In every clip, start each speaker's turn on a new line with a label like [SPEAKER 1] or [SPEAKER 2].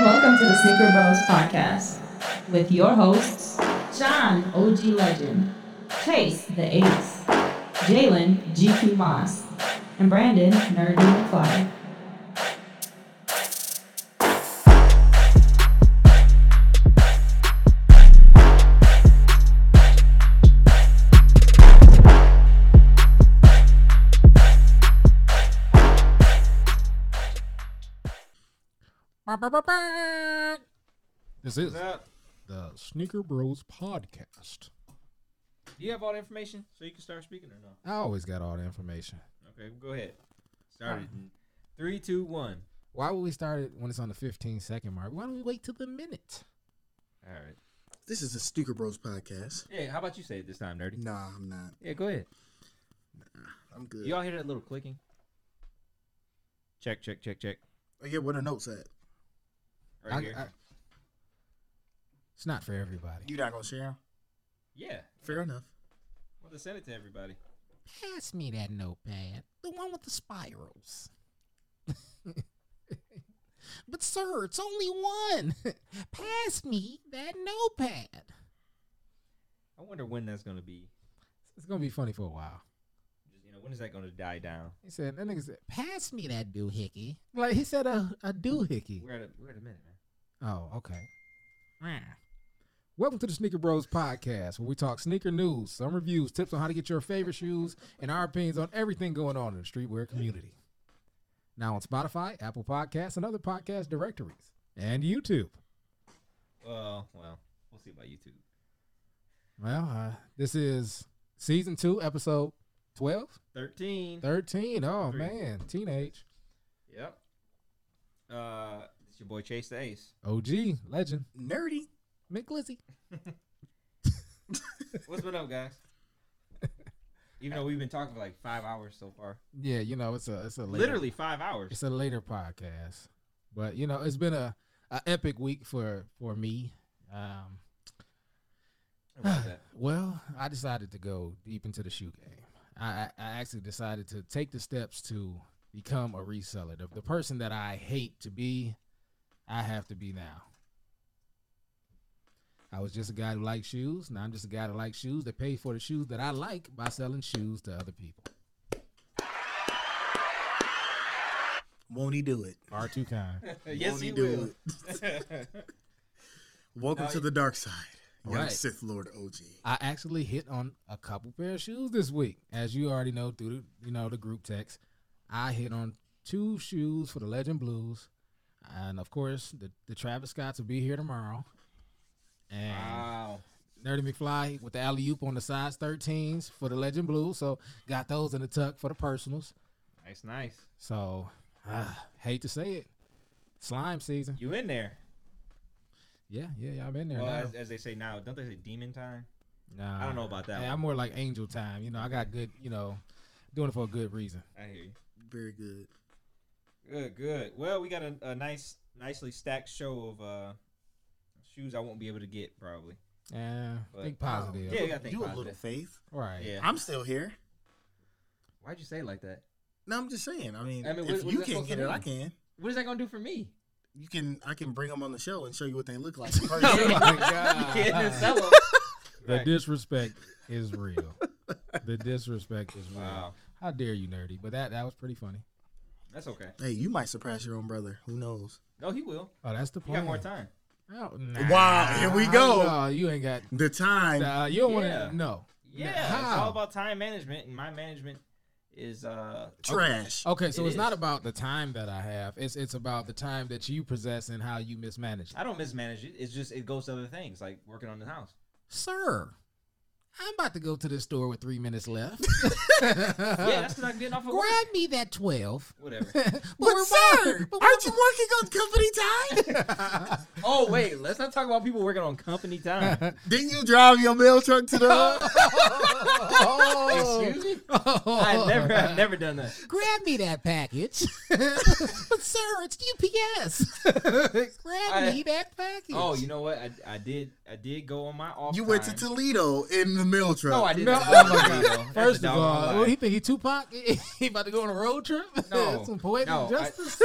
[SPEAKER 1] Welcome to the Sneaker Bros podcast with your hosts, John OG Legend, Chase the Ace, Jalen GQ Moss, and Brandon Nerdy McFly.
[SPEAKER 2] This is the Sneaker Bros podcast.
[SPEAKER 3] Do you have all the information so you can start speaking or no?
[SPEAKER 2] I always got all the information.
[SPEAKER 3] Okay, well, go ahead. Start it. in Three, two, one.
[SPEAKER 2] Why would we start it when it's on the 15 second mark? Why don't we wait till the minute?
[SPEAKER 3] All right.
[SPEAKER 4] This is the Sneaker Bros podcast.
[SPEAKER 3] Yeah, how about you say it this time, Nerdy?
[SPEAKER 4] Nah, I'm not.
[SPEAKER 3] Yeah, go ahead.
[SPEAKER 4] I'm good.
[SPEAKER 3] You all hear that little clicking? Check, check, check, check.
[SPEAKER 4] Oh, yeah, where the notes at?
[SPEAKER 3] Right
[SPEAKER 2] I-
[SPEAKER 3] here.
[SPEAKER 2] I- it's not for everybody.
[SPEAKER 4] You not gonna share? 'em?
[SPEAKER 3] yeah.
[SPEAKER 4] Fair enough.
[SPEAKER 3] Well, to send it to everybody.
[SPEAKER 2] Pass me that notepad, the one with the spirals. but, sir, it's only one. Pass me that notepad.
[SPEAKER 3] I wonder when that's going to be.
[SPEAKER 2] It's going to be funny for a while.
[SPEAKER 3] Just, you know, when is that going to die down?
[SPEAKER 2] He said, that nigga said, pass me that doohickey. Like, he said a, a doohickey.
[SPEAKER 3] We're at a, we're at a minute, man.
[SPEAKER 2] Oh, okay. Welcome to the Sneaker Bros podcast, where we talk sneaker news, some reviews, tips on how to get your favorite shoes, and our opinions on everything going on in the streetwear community. Now on Spotify, Apple Podcasts, and other podcast directories, and YouTube.
[SPEAKER 3] Well, well, we'll see about YouTube.
[SPEAKER 2] Well, uh, this is season two, episode 12,
[SPEAKER 3] 13.
[SPEAKER 2] 13. Oh,
[SPEAKER 3] Three.
[SPEAKER 2] man. Teenage.
[SPEAKER 3] Yep. Uh, it's your boy Chase the Ace.
[SPEAKER 2] OG, legend.
[SPEAKER 4] Nerdy.
[SPEAKER 2] McLizzy.
[SPEAKER 3] What's been up, guys? Even though we've been talking for like five hours so far.
[SPEAKER 2] Yeah, you know, it's a, it's a later-
[SPEAKER 3] Literally five hours.
[SPEAKER 2] It's a later podcast, but you know it's been a, a epic week for for me. Um,
[SPEAKER 3] What was that?
[SPEAKER 2] well, I decided to go deep into the shoe game. I, I I actually decided to take the steps to become a reseller. The, the person that I hate to be, I have to be now. I was just a guy who liked shoes. Now I'm just a guy that likes shoes that pays for the shoes that I like by selling shoes to other people.
[SPEAKER 4] Won't he do it?
[SPEAKER 2] Far too kind.
[SPEAKER 3] yes,
[SPEAKER 4] Won't
[SPEAKER 3] he
[SPEAKER 4] he do
[SPEAKER 3] will.
[SPEAKER 4] Welcome
[SPEAKER 3] No,
[SPEAKER 4] to the dark side. Young
[SPEAKER 2] Right.
[SPEAKER 4] Sith Lord OG.
[SPEAKER 2] I actually hit on a couple pair of shoes this week, as you already know through the, you know the group text. I hit on two shoes for the Legend Blues, and of course the, the Travis Scotts will be here tomorrow. And
[SPEAKER 3] wow.
[SPEAKER 2] Nerdy McFly with the alley oop on the size 13s for the Legend Blues, so got those in the tuck for the personals.
[SPEAKER 3] Nice, nice.
[SPEAKER 2] So ah, hate to say it, slime season.
[SPEAKER 3] You in there.
[SPEAKER 2] Yeah, yeah, yeah, I'm in there.
[SPEAKER 3] Well,
[SPEAKER 2] now.
[SPEAKER 3] as, as they say now, don't they say demon time?
[SPEAKER 2] Nah.
[SPEAKER 3] I don't know about that
[SPEAKER 2] Hey,
[SPEAKER 3] one.
[SPEAKER 2] I'm more like angel time. You know, I got good. You know, doing it for a good reason.
[SPEAKER 3] I hear you.
[SPEAKER 4] Very good.
[SPEAKER 3] Good, good. Well, we got a, a nice, nicely stacked show of uh, shoes I won't be able to get, probably.
[SPEAKER 2] Yeah,
[SPEAKER 3] But- um,
[SPEAKER 2] think positive.
[SPEAKER 3] Yeah, you gotta think
[SPEAKER 4] you a
[SPEAKER 3] positive.
[SPEAKER 4] little faith.
[SPEAKER 2] Right.
[SPEAKER 3] Yeah.
[SPEAKER 4] I'm still here.
[SPEAKER 3] Why'd you say it like that?
[SPEAKER 4] No, I'm just saying. I mean,
[SPEAKER 3] I mean, what-
[SPEAKER 4] if
[SPEAKER 3] what is
[SPEAKER 4] you
[SPEAKER 3] that
[SPEAKER 4] can
[SPEAKER 3] supposed
[SPEAKER 4] get
[SPEAKER 3] to
[SPEAKER 4] it, I
[SPEAKER 3] mean?
[SPEAKER 4] can.
[SPEAKER 3] What is that going to do for me?
[SPEAKER 4] You can. I can bring them on the show and show you what they look like.
[SPEAKER 2] Oh
[SPEAKER 4] First.
[SPEAKER 2] my God.
[SPEAKER 3] Get in the cellar.
[SPEAKER 2] The
[SPEAKER 3] Right.
[SPEAKER 2] disrespect is real. the disrespect is real.
[SPEAKER 3] Wow.
[SPEAKER 2] How dare you, nerdy? But that that was pretty funny.
[SPEAKER 3] That's okay.
[SPEAKER 4] hey, you might surprise your own brother. Who knows?
[SPEAKER 3] No, he will.
[SPEAKER 2] Oh, that's the
[SPEAKER 3] He
[SPEAKER 2] point.
[SPEAKER 3] got more time.
[SPEAKER 2] Oh, nah.
[SPEAKER 4] Wow, here we go.
[SPEAKER 2] No, you ain't got.
[SPEAKER 4] The time.
[SPEAKER 2] Nah, you don't
[SPEAKER 3] Yeah.
[SPEAKER 2] want to. No.
[SPEAKER 3] Yeah, it's
[SPEAKER 2] How?
[SPEAKER 3] all about time management, and my management is uh
[SPEAKER 4] Trash.
[SPEAKER 2] Okay, so
[SPEAKER 3] It
[SPEAKER 2] it's not
[SPEAKER 3] is.
[SPEAKER 2] about the time that I have. It's it's about the time that you possess and how you mismanage it.
[SPEAKER 3] I don't mismanage it. It's just it goes to other things like working on the house.
[SPEAKER 2] Sir, I'm about to go to the store with three minutes left.
[SPEAKER 3] Yeah, that's because I'm getting off of work.
[SPEAKER 2] Grab me that twelve.
[SPEAKER 3] Whatever.
[SPEAKER 4] But sir, aren't you working on company time?
[SPEAKER 3] Oh wait, let's not talk about people working on company time.
[SPEAKER 4] Didn't you drive your mail truck to the hub?
[SPEAKER 3] Excuse me? I never, I've never done that.
[SPEAKER 2] Oh. Grab me that package. but sir, it's UPS. Grab
[SPEAKER 3] I-
[SPEAKER 2] me that package.
[SPEAKER 3] Oh, you know what? I, I did, I did go on my off.
[SPEAKER 4] You went to
[SPEAKER 3] time.
[SPEAKER 4] Toledo in the mail truck.
[SPEAKER 3] No, I didn't.
[SPEAKER 2] No,
[SPEAKER 3] That's
[SPEAKER 2] oh
[SPEAKER 3] a
[SPEAKER 2] my
[SPEAKER 3] dog-
[SPEAKER 2] God.
[SPEAKER 3] that's a
[SPEAKER 2] First of
[SPEAKER 3] dog
[SPEAKER 2] all,
[SPEAKER 3] lie.
[SPEAKER 2] what do you think? He Tupac? he about to go on a road trip?
[SPEAKER 3] No.
[SPEAKER 2] Some poetic
[SPEAKER 3] No, I-
[SPEAKER 2] justice?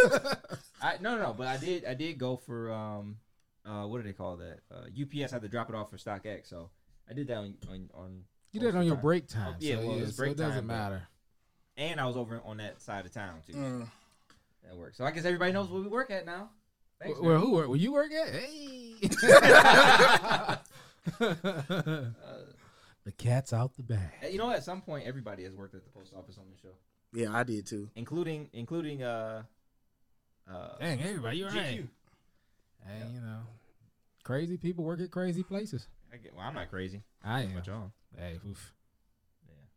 [SPEAKER 3] I no no no, but I did I did go for um uh what do they call that? Uh, UPS had to drop it off for StockX, so I did that on on, on
[SPEAKER 2] You did it on your
[SPEAKER 3] time.
[SPEAKER 2] break time.
[SPEAKER 3] yeah,
[SPEAKER 2] so,
[SPEAKER 3] well,
[SPEAKER 2] yeah,
[SPEAKER 3] it's
[SPEAKER 2] so
[SPEAKER 3] break
[SPEAKER 2] it doesn't
[SPEAKER 3] time, but-
[SPEAKER 2] matter.
[SPEAKER 3] and I was over on that side of town too.
[SPEAKER 4] Mm.
[SPEAKER 3] That works. So I guess everybody knows where we work at now. Thanks,
[SPEAKER 2] Well,
[SPEAKER 3] man.
[SPEAKER 2] who work? Where you work at? Hey. the cat's out the
[SPEAKER 3] Uh,
[SPEAKER 2] bag.
[SPEAKER 3] you know, at some point, everybody has worked at the post office on the show,
[SPEAKER 4] Yeah, I did too.
[SPEAKER 3] including including uh uh
[SPEAKER 2] Dang, everybody, you're right.
[SPEAKER 3] GQ.
[SPEAKER 2] Hey, you know, crazy people work at crazy places.
[SPEAKER 3] I get, well, I'm not crazy.
[SPEAKER 2] I am.
[SPEAKER 3] What y'all?
[SPEAKER 2] Hey, oof.
[SPEAKER 3] Yeah.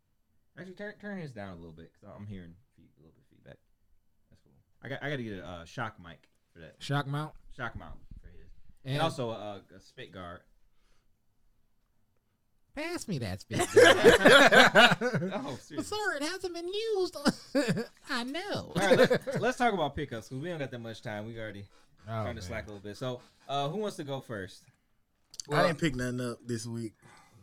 [SPEAKER 3] Actually, turn turn his down a little bit because I'm hearing fe- a little bit of feedback. That's cool. I got I got to get a uh, shock mic for that
[SPEAKER 2] shock mount.
[SPEAKER 3] shock mount for his, and, also a, a spit guard.
[SPEAKER 2] pass me that spit.
[SPEAKER 3] Oh, seriously.
[SPEAKER 2] sir, it hasn't been used. I know.
[SPEAKER 3] All right, let, let's talk about pickups because we don't got that much time. We already
[SPEAKER 2] Oh,
[SPEAKER 3] trying to
[SPEAKER 2] man.
[SPEAKER 3] slack a little bit. So, uh, who wants to go first?
[SPEAKER 4] I didn't pick nothing up this week.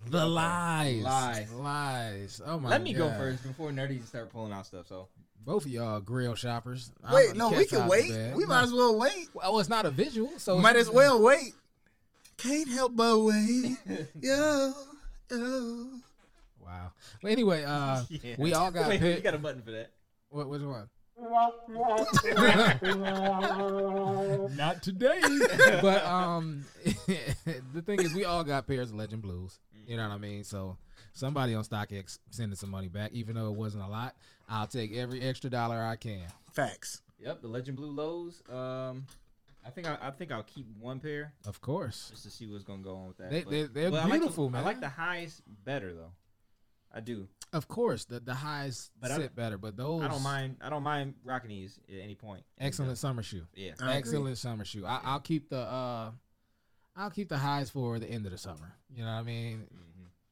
[SPEAKER 2] The lies.
[SPEAKER 3] Lies.
[SPEAKER 2] Lies. Oh my
[SPEAKER 3] Let me go
[SPEAKER 2] God.
[SPEAKER 3] first before nerdy start pulling out stuff. So,
[SPEAKER 2] Both of y'all grill shoppers. I'm
[SPEAKER 4] Wait,
[SPEAKER 2] gonna
[SPEAKER 4] no, we
[SPEAKER 2] catch
[SPEAKER 4] can
[SPEAKER 2] out
[SPEAKER 4] wait.
[SPEAKER 2] today.
[SPEAKER 4] We
[SPEAKER 2] No.
[SPEAKER 4] might as well wait.
[SPEAKER 2] Well, it's not a visual, so
[SPEAKER 4] Might as well wait. Can't help but wait. Yo, yo.
[SPEAKER 2] Wow. Well, anyway, uh,
[SPEAKER 3] yeah.
[SPEAKER 2] we all got
[SPEAKER 3] Wait,
[SPEAKER 2] picked.
[SPEAKER 3] You got a button for that?
[SPEAKER 2] What was one? Not today. but um, the thing is, we all got pairs of Legend Blues. You know what I mean? So somebody on StockX sending some money back, even though it wasn't a lot. I'll take every extra dollar I can.
[SPEAKER 4] Facts.
[SPEAKER 3] Yep, the Legend Blue lows. Um, I think I, I think I'll keep one pair
[SPEAKER 2] Of course.
[SPEAKER 3] just to see what's gonna go on with that.
[SPEAKER 2] They-
[SPEAKER 3] but-
[SPEAKER 2] they- they're
[SPEAKER 3] but I like the-
[SPEAKER 2] beautiful, man.
[SPEAKER 3] I like the highest better though. I do.
[SPEAKER 2] Of course, the the highs
[SPEAKER 3] But I
[SPEAKER 2] sit
[SPEAKER 3] don't-
[SPEAKER 2] better, but those
[SPEAKER 3] I don't mind. I don't mind rocking these at any point. And, uh,
[SPEAKER 2] excellent summer shoe.
[SPEAKER 3] Yeah.
[SPEAKER 4] I agree.
[SPEAKER 2] excellent summer shoe. I, I'll keep the uh, I'll keep the highs for the end of the summer. You know what I mean?
[SPEAKER 3] Mhm.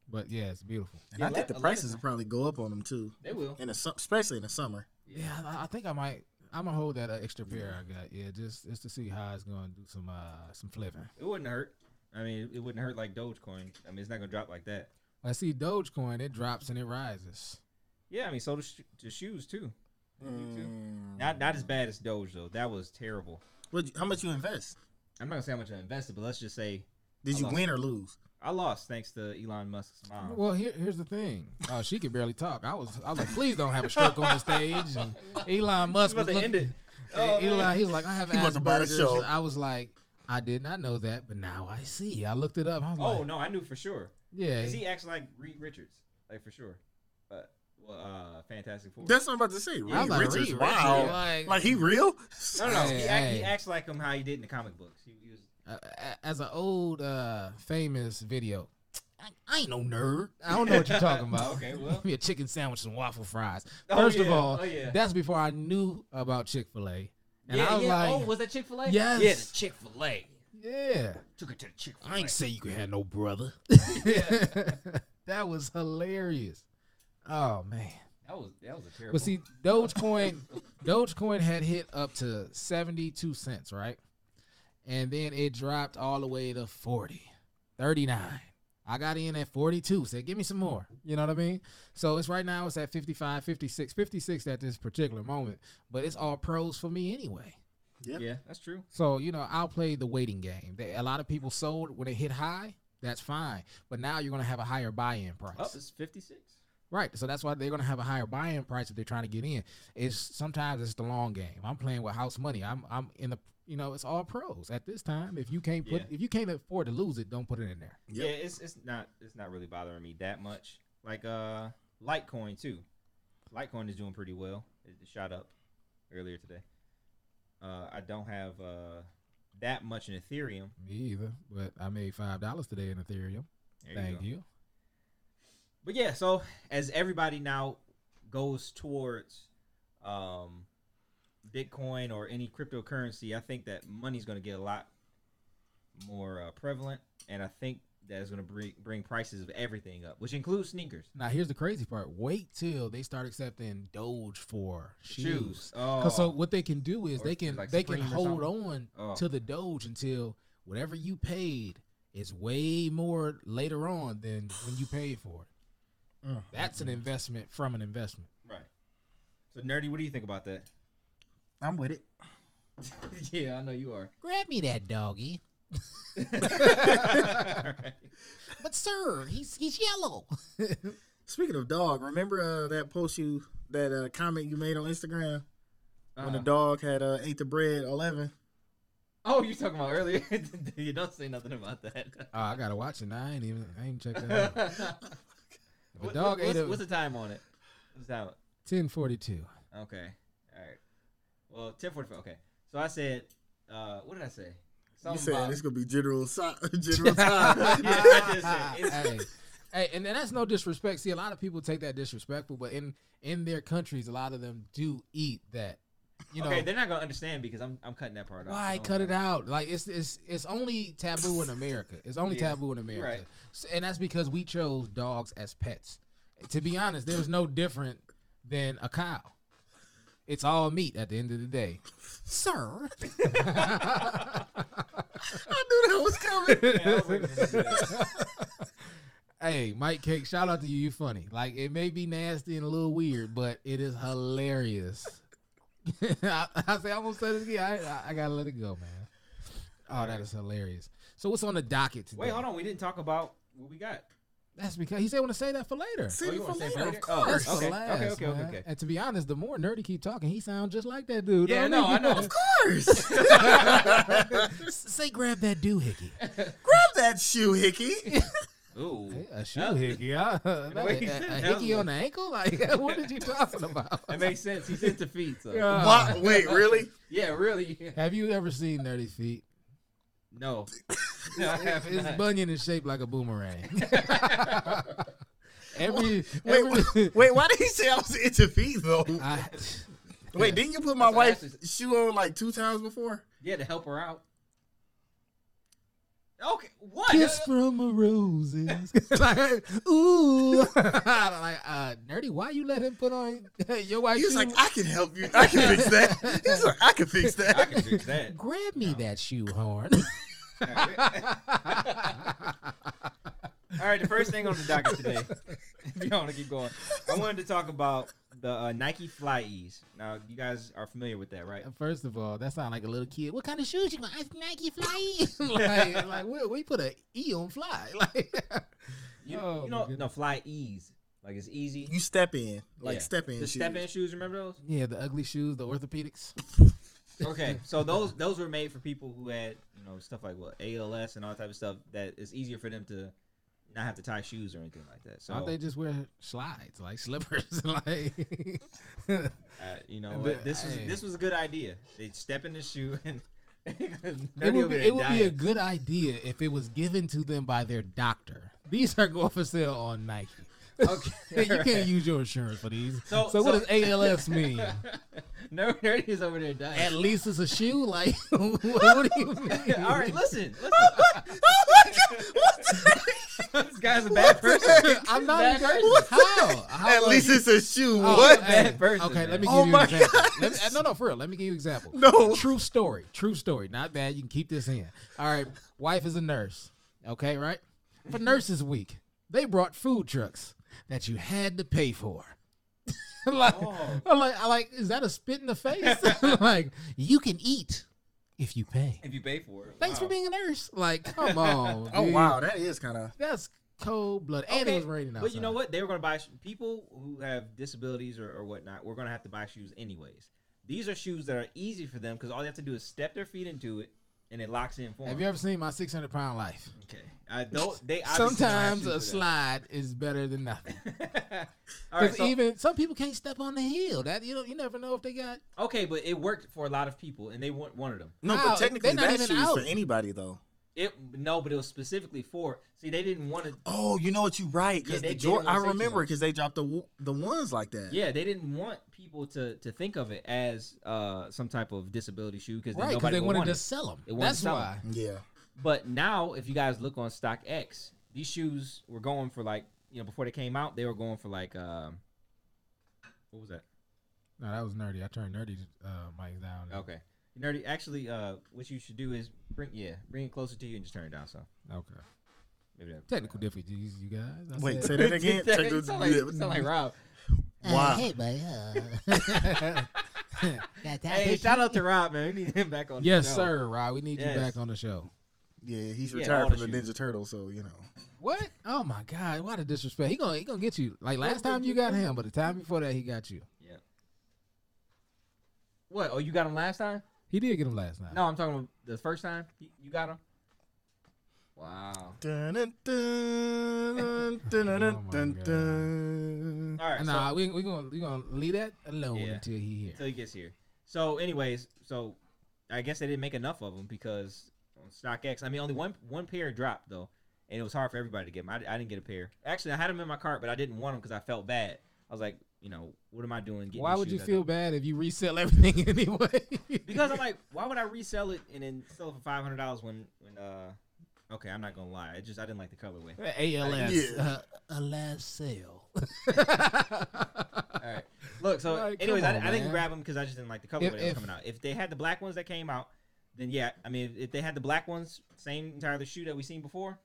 [SPEAKER 2] But yeah, it's beautiful.
[SPEAKER 4] And
[SPEAKER 3] Yeah,
[SPEAKER 4] I think the
[SPEAKER 3] ele-
[SPEAKER 4] prices will
[SPEAKER 3] eleven-
[SPEAKER 4] probably go up on them too,
[SPEAKER 3] They will.
[SPEAKER 4] in the, su- especially in the summer.
[SPEAKER 2] Yeah, I, I think I might. I'm gonna hold that uh, extra pair I got. Yeah, just just to see how it's gonna do some uh some flipping.
[SPEAKER 3] It wouldn't hurt. I mean, it wouldn't hurt like Dogecoin. I mean, it's not gonna drop like that.
[SPEAKER 2] I see Dogecoin. It drops and it rises.
[SPEAKER 3] Yeah, I mean, so the, sh- the shoes too.
[SPEAKER 4] Mm.
[SPEAKER 3] Not not as bad as Doge though. That was terrible.
[SPEAKER 4] What, how much you invest?
[SPEAKER 3] I'm not gonna say how much I invested, but let's just say
[SPEAKER 4] Did
[SPEAKER 3] I
[SPEAKER 4] you
[SPEAKER 3] lost.
[SPEAKER 4] win or lose?
[SPEAKER 3] I lost thanks to Elon Musk's mom.
[SPEAKER 2] Well, here, here's the thing. Oh, she could barely talk. I was I was like, please don't have a stroke on the stage. And Elon Musk was
[SPEAKER 3] about to end it.
[SPEAKER 2] looking.
[SPEAKER 3] Oh,
[SPEAKER 2] Elon,
[SPEAKER 3] man.
[SPEAKER 2] he was like, I have
[SPEAKER 4] He about to buy the
[SPEAKER 2] Asperger's.
[SPEAKER 4] show.
[SPEAKER 2] I was like, I did not know that, but now I see. I looked it up. I was
[SPEAKER 3] Oh
[SPEAKER 2] like,
[SPEAKER 3] no, I knew for sure.
[SPEAKER 2] yeah.
[SPEAKER 3] Cause he acts like Reed Richards, like for sure. But well, uh, Fantastic Four.
[SPEAKER 4] That's what I'm about to
[SPEAKER 2] I
[SPEAKER 4] say.
[SPEAKER 2] was
[SPEAKER 4] Reed
[SPEAKER 2] like,
[SPEAKER 4] Richards,
[SPEAKER 2] Reed
[SPEAKER 4] wow.
[SPEAKER 2] Richards, like-
[SPEAKER 4] Like, he real?
[SPEAKER 3] no, no, no.
[SPEAKER 2] Hey,
[SPEAKER 3] he, act,
[SPEAKER 2] hey.
[SPEAKER 3] he acts like him how he did in the comic books. He, he was.
[SPEAKER 2] uh, as an old uh, famous video. I, I ain't no nerd. I don't know what you're talking about.
[SPEAKER 3] Okay, well.
[SPEAKER 2] Give me a chicken sandwich and waffle fries.
[SPEAKER 3] Oh,
[SPEAKER 2] First of
[SPEAKER 3] yeah.
[SPEAKER 2] all,
[SPEAKER 3] Oh, yeah.
[SPEAKER 2] that's before I knew about Chick Fil A, and
[SPEAKER 3] yeah,
[SPEAKER 2] I was
[SPEAKER 3] yeah.
[SPEAKER 2] like,
[SPEAKER 3] oh, was that Chick Fil A?
[SPEAKER 2] Yes.
[SPEAKER 3] Yeah, the Chick Fil A.
[SPEAKER 2] yeah.
[SPEAKER 3] Took it to the Chick Fil
[SPEAKER 2] I ain't say you could have no brother. that was hilarious. Oh man.
[SPEAKER 3] That was that was a terrible.
[SPEAKER 2] But see, Dogecoin, Dogecoin had hit up to seventy-two cents, right? And then it dropped all the way to 40, 39. I got in at 42. Said, give me some more. You know what I mean? So it's right now it's at 55, 56, 56 at this particular moment. But it's all pros for me anyway.
[SPEAKER 3] yeah, that's true.
[SPEAKER 2] So you know, I'll play the waiting game. They, a lot of people sold when it hit high. That's fine. But now you're gonna have a higher buy-in price.
[SPEAKER 3] Up it's fifty six.
[SPEAKER 2] Right. So that's why they're gonna have a higher buy-in price if they're trying to get in. It's sometimes it's the long game. I'm playing with house money. I'm I'm in the you know it's all pros at this time. If you can't put
[SPEAKER 3] Yeah.
[SPEAKER 2] if you can't afford to lose it, don't put it in there.
[SPEAKER 4] Yep.
[SPEAKER 3] Yeah, it's it's not it's not really bothering me that much. Like uh, Litecoin too. Litecoin is doing pretty well. It it shot up earlier today. Uh, I don't have uh that much in Ethereum.
[SPEAKER 2] Me either. But I made five dollars today in Ethereum.
[SPEAKER 3] There
[SPEAKER 2] Thank
[SPEAKER 3] go.
[SPEAKER 2] you.
[SPEAKER 3] But yeah, so as everybody now goes towards um, Bitcoin or any cryptocurrency, I think that money's going to get a lot more uh, prevalent, and I think that is going to bring bring prices of everything up, which includes sneakers,
[SPEAKER 2] Now here's the crazy part. Wait till they start accepting Doge for shoes. Uh,
[SPEAKER 3] shoes. Oh,
[SPEAKER 2] 'Cause so what they can do is
[SPEAKER 3] Or
[SPEAKER 2] they can
[SPEAKER 3] like
[SPEAKER 2] they can
[SPEAKER 3] Supreme or
[SPEAKER 2] hold on
[SPEAKER 3] Oh.
[SPEAKER 2] to the Doge until whatever you paid is way more later on than when you paid for it.
[SPEAKER 4] Mm.
[SPEAKER 2] That's an investment from an investment.
[SPEAKER 3] right. So nerdy, what do you think about that?
[SPEAKER 4] I'm with it.
[SPEAKER 3] yeah, I know you are.
[SPEAKER 2] Grab me that doggy.
[SPEAKER 3] Alright.
[SPEAKER 2] But sir, he's he's yellow.
[SPEAKER 4] Speaking of dog, remember uh, that post you that uh, comment you made on Instagram when the
[SPEAKER 3] Uh,
[SPEAKER 4] dog had uh, ate the bread eleven?
[SPEAKER 3] oh, you talking about earlier? you don't say nothing about that.
[SPEAKER 2] Oh, I gotta watch it. Now. I ain't even I ain't checked that out.
[SPEAKER 3] what,
[SPEAKER 2] The dog
[SPEAKER 3] what's,
[SPEAKER 2] ate a
[SPEAKER 3] what's the time on it? What's that?
[SPEAKER 2] ten forty two.
[SPEAKER 3] Okay. All right. Well, ten forty five. Okay. So I said, uh, what did I say?
[SPEAKER 4] You
[SPEAKER 3] Something
[SPEAKER 4] said
[SPEAKER 3] about-
[SPEAKER 4] it's gonna be general si- general time.
[SPEAKER 3] Yeah, I did say it's-
[SPEAKER 2] hey, hey, and, and that's no disrespect. See, a lot of people take that disrespectful, but in in their countries, a lot of them do eat that. You know,
[SPEAKER 3] okay, they're not gonna understand because I'm I'm cutting that part off.
[SPEAKER 2] Why
[SPEAKER 3] Oh,
[SPEAKER 2] cut it out? Like it's it's it's only taboo in America. It's only
[SPEAKER 3] Yeah,
[SPEAKER 2] taboo in America,
[SPEAKER 3] right.
[SPEAKER 2] S- and that's because we chose dogs as pets. To be honest, there's no different than a cow. It's all meat at the end of the day, sir.
[SPEAKER 4] I knew that was coming.
[SPEAKER 3] yeah, I was waiting for Oh, you to say that.
[SPEAKER 2] hey, Mike Cake, shout out to you. You funny. Like it may be nasty and a little weird, but it is hilarious. I, I say I won't say this again. I, I, I gotta let it go, man. Oh, that is hilarious. So what's on the docket today?
[SPEAKER 3] Wait, hold on. We didn't talk about what we got.
[SPEAKER 2] That's because he said want to say that for later.
[SPEAKER 4] Save
[SPEAKER 3] you
[SPEAKER 4] it for
[SPEAKER 3] wanna save
[SPEAKER 4] later,
[SPEAKER 3] it
[SPEAKER 4] of
[SPEAKER 3] for later? Oh,
[SPEAKER 4] course.
[SPEAKER 2] That's for
[SPEAKER 3] okay,
[SPEAKER 2] last,
[SPEAKER 3] okay, okay, okay,
[SPEAKER 2] man.
[SPEAKER 3] okay.
[SPEAKER 2] And to be honest, the more nerdy keep talking, he sounds just like that dude.
[SPEAKER 3] Yeah, I
[SPEAKER 2] Don't
[SPEAKER 3] know, I
[SPEAKER 2] he?
[SPEAKER 3] know.
[SPEAKER 4] Of course.
[SPEAKER 2] S- Say, grab that doohickey.
[SPEAKER 4] Grab that shoe, Hickey.
[SPEAKER 3] Ooh.
[SPEAKER 2] Hey, a shoe
[SPEAKER 3] That-
[SPEAKER 2] hickey. huh?
[SPEAKER 3] the way he
[SPEAKER 2] a,
[SPEAKER 3] said
[SPEAKER 2] a
[SPEAKER 3] that
[SPEAKER 2] hickey
[SPEAKER 3] was-
[SPEAKER 2] on the ankle? Like, what did you talking about?
[SPEAKER 3] That makes sense. He's into feet. So. Yeah.
[SPEAKER 2] Yeah.
[SPEAKER 4] Why- Wait, really?
[SPEAKER 3] really?
[SPEAKER 2] Have you ever seen Nerdy Feet?
[SPEAKER 3] No. no I have
[SPEAKER 2] His
[SPEAKER 3] not.
[SPEAKER 2] bunion is shaped like a boomerang. every,
[SPEAKER 4] Wait,
[SPEAKER 2] every,
[SPEAKER 4] wait, why did he say I was into feet though?
[SPEAKER 2] I,
[SPEAKER 4] Wait, didn't you put my
[SPEAKER 3] That's what I
[SPEAKER 4] wife's
[SPEAKER 3] actually-
[SPEAKER 4] shoe on like two times before?
[SPEAKER 3] Yeah, to help her out. Okay. What?
[SPEAKER 2] kiss from a roses. like, ooh, like uh, nerdy. Why you let him put on your white?
[SPEAKER 4] He was
[SPEAKER 2] shoe?
[SPEAKER 4] like, I can help you. I can fix that. He was like, I can fix
[SPEAKER 3] I
[SPEAKER 4] that.
[SPEAKER 3] can fix that.
[SPEAKER 2] Grab me that shoe horn.
[SPEAKER 3] All right, the first thing on the docket today, if you want to keep going, I wanted to talk about the uh, Nike Fly Ease. Now, you guys are familiar with that, right?
[SPEAKER 2] First of all, that sounds like a little kid. What kind of shoes you want? It's Nike Fly. like, like we, we put a E on Fly. Like,
[SPEAKER 3] You,
[SPEAKER 2] Oh,
[SPEAKER 3] you
[SPEAKER 2] my
[SPEAKER 3] know,
[SPEAKER 2] goodness.
[SPEAKER 3] no, Fly Ease. Like, it's easy.
[SPEAKER 4] You step in, like
[SPEAKER 3] Yeah.
[SPEAKER 4] step in.
[SPEAKER 3] The
[SPEAKER 4] shoes.
[SPEAKER 3] step in shoes, remember those?
[SPEAKER 2] yeah, the ugly shoes, the orthopedics.
[SPEAKER 3] Okay, so those those were made for people who had, you know, stuff like what, ALS and all that type of stuff that it's easier for them to not have to tie shoes or anything like that. So,
[SPEAKER 2] Don't they just wear slides, like slippers? like, it
[SPEAKER 3] uh, you know,
[SPEAKER 2] And
[SPEAKER 3] what,
[SPEAKER 2] the-
[SPEAKER 3] this was
[SPEAKER 2] hey.
[SPEAKER 3] this was a good idea. They step in the shoe and
[SPEAKER 2] would, be, it would be a good idea if it was given to them by their doctor. These are going for sale on Nike.
[SPEAKER 3] Okay,
[SPEAKER 2] you can't
[SPEAKER 3] alright.
[SPEAKER 2] use your insurance for these.
[SPEAKER 3] So-
[SPEAKER 2] So, what
[SPEAKER 3] so-
[SPEAKER 2] does ALS mean?
[SPEAKER 3] No, there it is over there dying.
[SPEAKER 2] At least it's a shoe. Like, what do you mean?
[SPEAKER 3] All right, listen. listen.
[SPEAKER 2] Oh,
[SPEAKER 3] this guy's a
[SPEAKER 4] What
[SPEAKER 3] bad
[SPEAKER 4] the
[SPEAKER 3] person.
[SPEAKER 4] heck?
[SPEAKER 2] I'm not
[SPEAKER 3] Bad
[SPEAKER 2] bad
[SPEAKER 3] person.
[SPEAKER 2] How? How
[SPEAKER 4] At
[SPEAKER 2] are
[SPEAKER 4] least
[SPEAKER 2] you-
[SPEAKER 4] it's a shoe.
[SPEAKER 2] Oh,
[SPEAKER 4] what?
[SPEAKER 2] hey,
[SPEAKER 3] Bad person,
[SPEAKER 2] Okay, let
[SPEAKER 3] man.
[SPEAKER 2] me give
[SPEAKER 4] Oh
[SPEAKER 2] you
[SPEAKER 4] my
[SPEAKER 2] an example. Let me, no, no, for real. Let me give you an example.
[SPEAKER 4] No.
[SPEAKER 2] True story. True story. Not bad. You can keep this in. All right. Wife is a nurse. Okay, right? For Nurses Week, they brought food trucks that you had to pay for. like,
[SPEAKER 3] Oh.
[SPEAKER 2] I'm like, I like, is that a spit in the face? like, you can eat if you pay.
[SPEAKER 3] If you pay for it.
[SPEAKER 2] Thanks
[SPEAKER 3] Wow.
[SPEAKER 2] for being a nurse. Like, come on.
[SPEAKER 4] Oh
[SPEAKER 2] dude.
[SPEAKER 4] wow, that is kind of.
[SPEAKER 2] That's cold blood. And it
[SPEAKER 3] Okay,
[SPEAKER 2] was raining outside.
[SPEAKER 3] But you know what? They were going to buy sh- people who have disabilities or, or whatnot. We're going to have to buy shoes anyways. These are shoes that are easy for them because all they have to do is step their feet into it and it locks in for
[SPEAKER 2] Have
[SPEAKER 3] them.
[SPEAKER 2] you ever seen my 600 pound life?
[SPEAKER 3] okay. I don't. They obviously don't have
[SPEAKER 2] Sometimes
[SPEAKER 3] shoes
[SPEAKER 2] a
[SPEAKER 3] for that.
[SPEAKER 2] slide is better than nothing.
[SPEAKER 3] all right.
[SPEAKER 2] 'Cause
[SPEAKER 3] So,
[SPEAKER 2] even some people can't step on the hill. That you know, you never know if they got.
[SPEAKER 3] okay, but it worked for a lot of people, and they weren't one of them.
[SPEAKER 4] No,
[SPEAKER 2] Wow,
[SPEAKER 4] but technically,
[SPEAKER 2] they're not
[SPEAKER 4] that
[SPEAKER 2] even
[SPEAKER 4] shoe is
[SPEAKER 2] out.
[SPEAKER 4] for anybody though.
[SPEAKER 3] It no, but it was specifically for. See, they didn't want to.
[SPEAKER 4] Oh, you know what? You right
[SPEAKER 3] Yeah,
[SPEAKER 4] because
[SPEAKER 3] they
[SPEAKER 4] the
[SPEAKER 3] did
[SPEAKER 4] Jordan.
[SPEAKER 3] it on
[SPEAKER 4] I
[SPEAKER 3] safety
[SPEAKER 4] remember
[SPEAKER 3] lines.
[SPEAKER 4] because they dropped the wo- the ones like that.
[SPEAKER 3] Yeah, they didn't want people to to think of it as uh some type of disability shoe because
[SPEAKER 2] Right, because
[SPEAKER 3] nobody
[SPEAKER 2] they
[SPEAKER 3] would
[SPEAKER 2] wanted
[SPEAKER 3] want
[SPEAKER 2] to
[SPEAKER 3] it.
[SPEAKER 2] sell them.
[SPEAKER 3] They wanted to
[SPEAKER 2] That's
[SPEAKER 3] sell 'em.
[SPEAKER 2] why.
[SPEAKER 4] yeah.
[SPEAKER 3] But now, if you guys look on StockX, these shoes were going for like you know before they came out, they were going for like um what was that?
[SPEAKER 2] No, that was nerdy. I turned nerdy uh, mic down.
[SPEAKER 3] Okay, nerdy. Actually, uh, what you should do is bring yeah, bring it closer to you and just turn it down. So
[SPEAKER 2] Okay.
[SPEAKER 3] maybe that
[SPEAKER 2] Technical difficulties, you guys. I
[SPEAKER 4] Wait, say
[SPEAKER 2] said-
[SPEAKER 4] that again.
[SPEAKER 3] Sound like,
[SPEAKER 4] Technical-
[SPEAKER 3] sound like Rob.
[SPEAKER 4] Wow.
[SPEAKER 2] hey, buddy. uh.
[SPEAKER 5] That, that
[SPEAKER 3] Hey,
[SPEAKER 5] bitch-
[SPEAKER 3] shout out to Rob, man. We need him back on. the
[SPEAKER 2] yes,
[SPEAKER 3] show.
[SPEAKER 2] sir, Rod. We need you
[SPEAKER 3] Yes.
[SPEAKER 2] back on the show.
[SPEAKER 4] Yeah, he's
[SPEAKER 3] Yeah,
[SPEAKER 4] retired
[SPEAKER 3] all
[SPEAKER 4] from
[SPEAKER 3] the
[SPEAKER 4] the
[SPEAKER 3] shoes.
[SPEAKER 4] Ninja Turtle, so you know.
[SPEAKER 2] What? Oh my God! Why the disrespect? He gonna he gonna get you. Like last time you got him, but the time before that he got you.
[SPEAKER 3] Yeah. What? Oh, you got him last time?
[SPEAKER 2] He did get him last night.
[SPEAKER 3] No, I'm talking about the first time. You- You got him. Wow.
[SPEAKER 4] Dun, dun, dun, dun, dun, dun,
[SPEAKER 2] my
[SPEAKER 4] dun,
[SPEAKER 2] God.
[SPEAKER 4] dun.
[SPEAKER 3] All right. so-
[SPEAKER 2] nah, we we gonna we gonna leave that alone
[SPEAKER 3] Yeah.
[SPEAKER 2] until he here.
[SPEAKER 3] Until he gets here. So, anyways, so I guess they didn't make enough of them because on StockX, I mean, only one one pair dropped though, and it was hard for everybody to get them. I, I didn't get a pair. Actually, I had them in my cart, but I didn't want them because I felt bad. I was like, you know, what am I doing? getting
[SPEAKER 2] Why
[SPEAKER 3] these
[SPEAKER 2] would you
[SPEAKER 3] shoes? I
[SPEAKER 2] feel
[SPEAKER 3] don't-
[SPEAKER 2] bad if you resell everything anyway?
[SPEAKER 3] Because I'm like, why would I resell it and then sell it for five hundred dollars when when uh. Okay, I'm not gonna lie. I just I didn't like the colorway.
[SPEAKER 2] ALS,
[SPEAKER 4] Yeah.
[SPEAKER 2] uh, a last sale.
[SPEAKER 3] All right. Look, so
[SPEAKER 2] Like, come
[SPEAKER 3] anyways, I,
[SPEAKER 2] on,
[SPEAKER 3] I didn't
[SPEAKER 2] man.
[SPEAKER 3] grab them because I just didn't like the color
[SPEAKER 2] If-
[SPEAKER 3] when they were
[SPEAKER 2] if-
[SPEAKER 3] coming out. If they had the black ones that came out, then yeah, I mean, if they had the black ones, same entire the shoe that we seen before,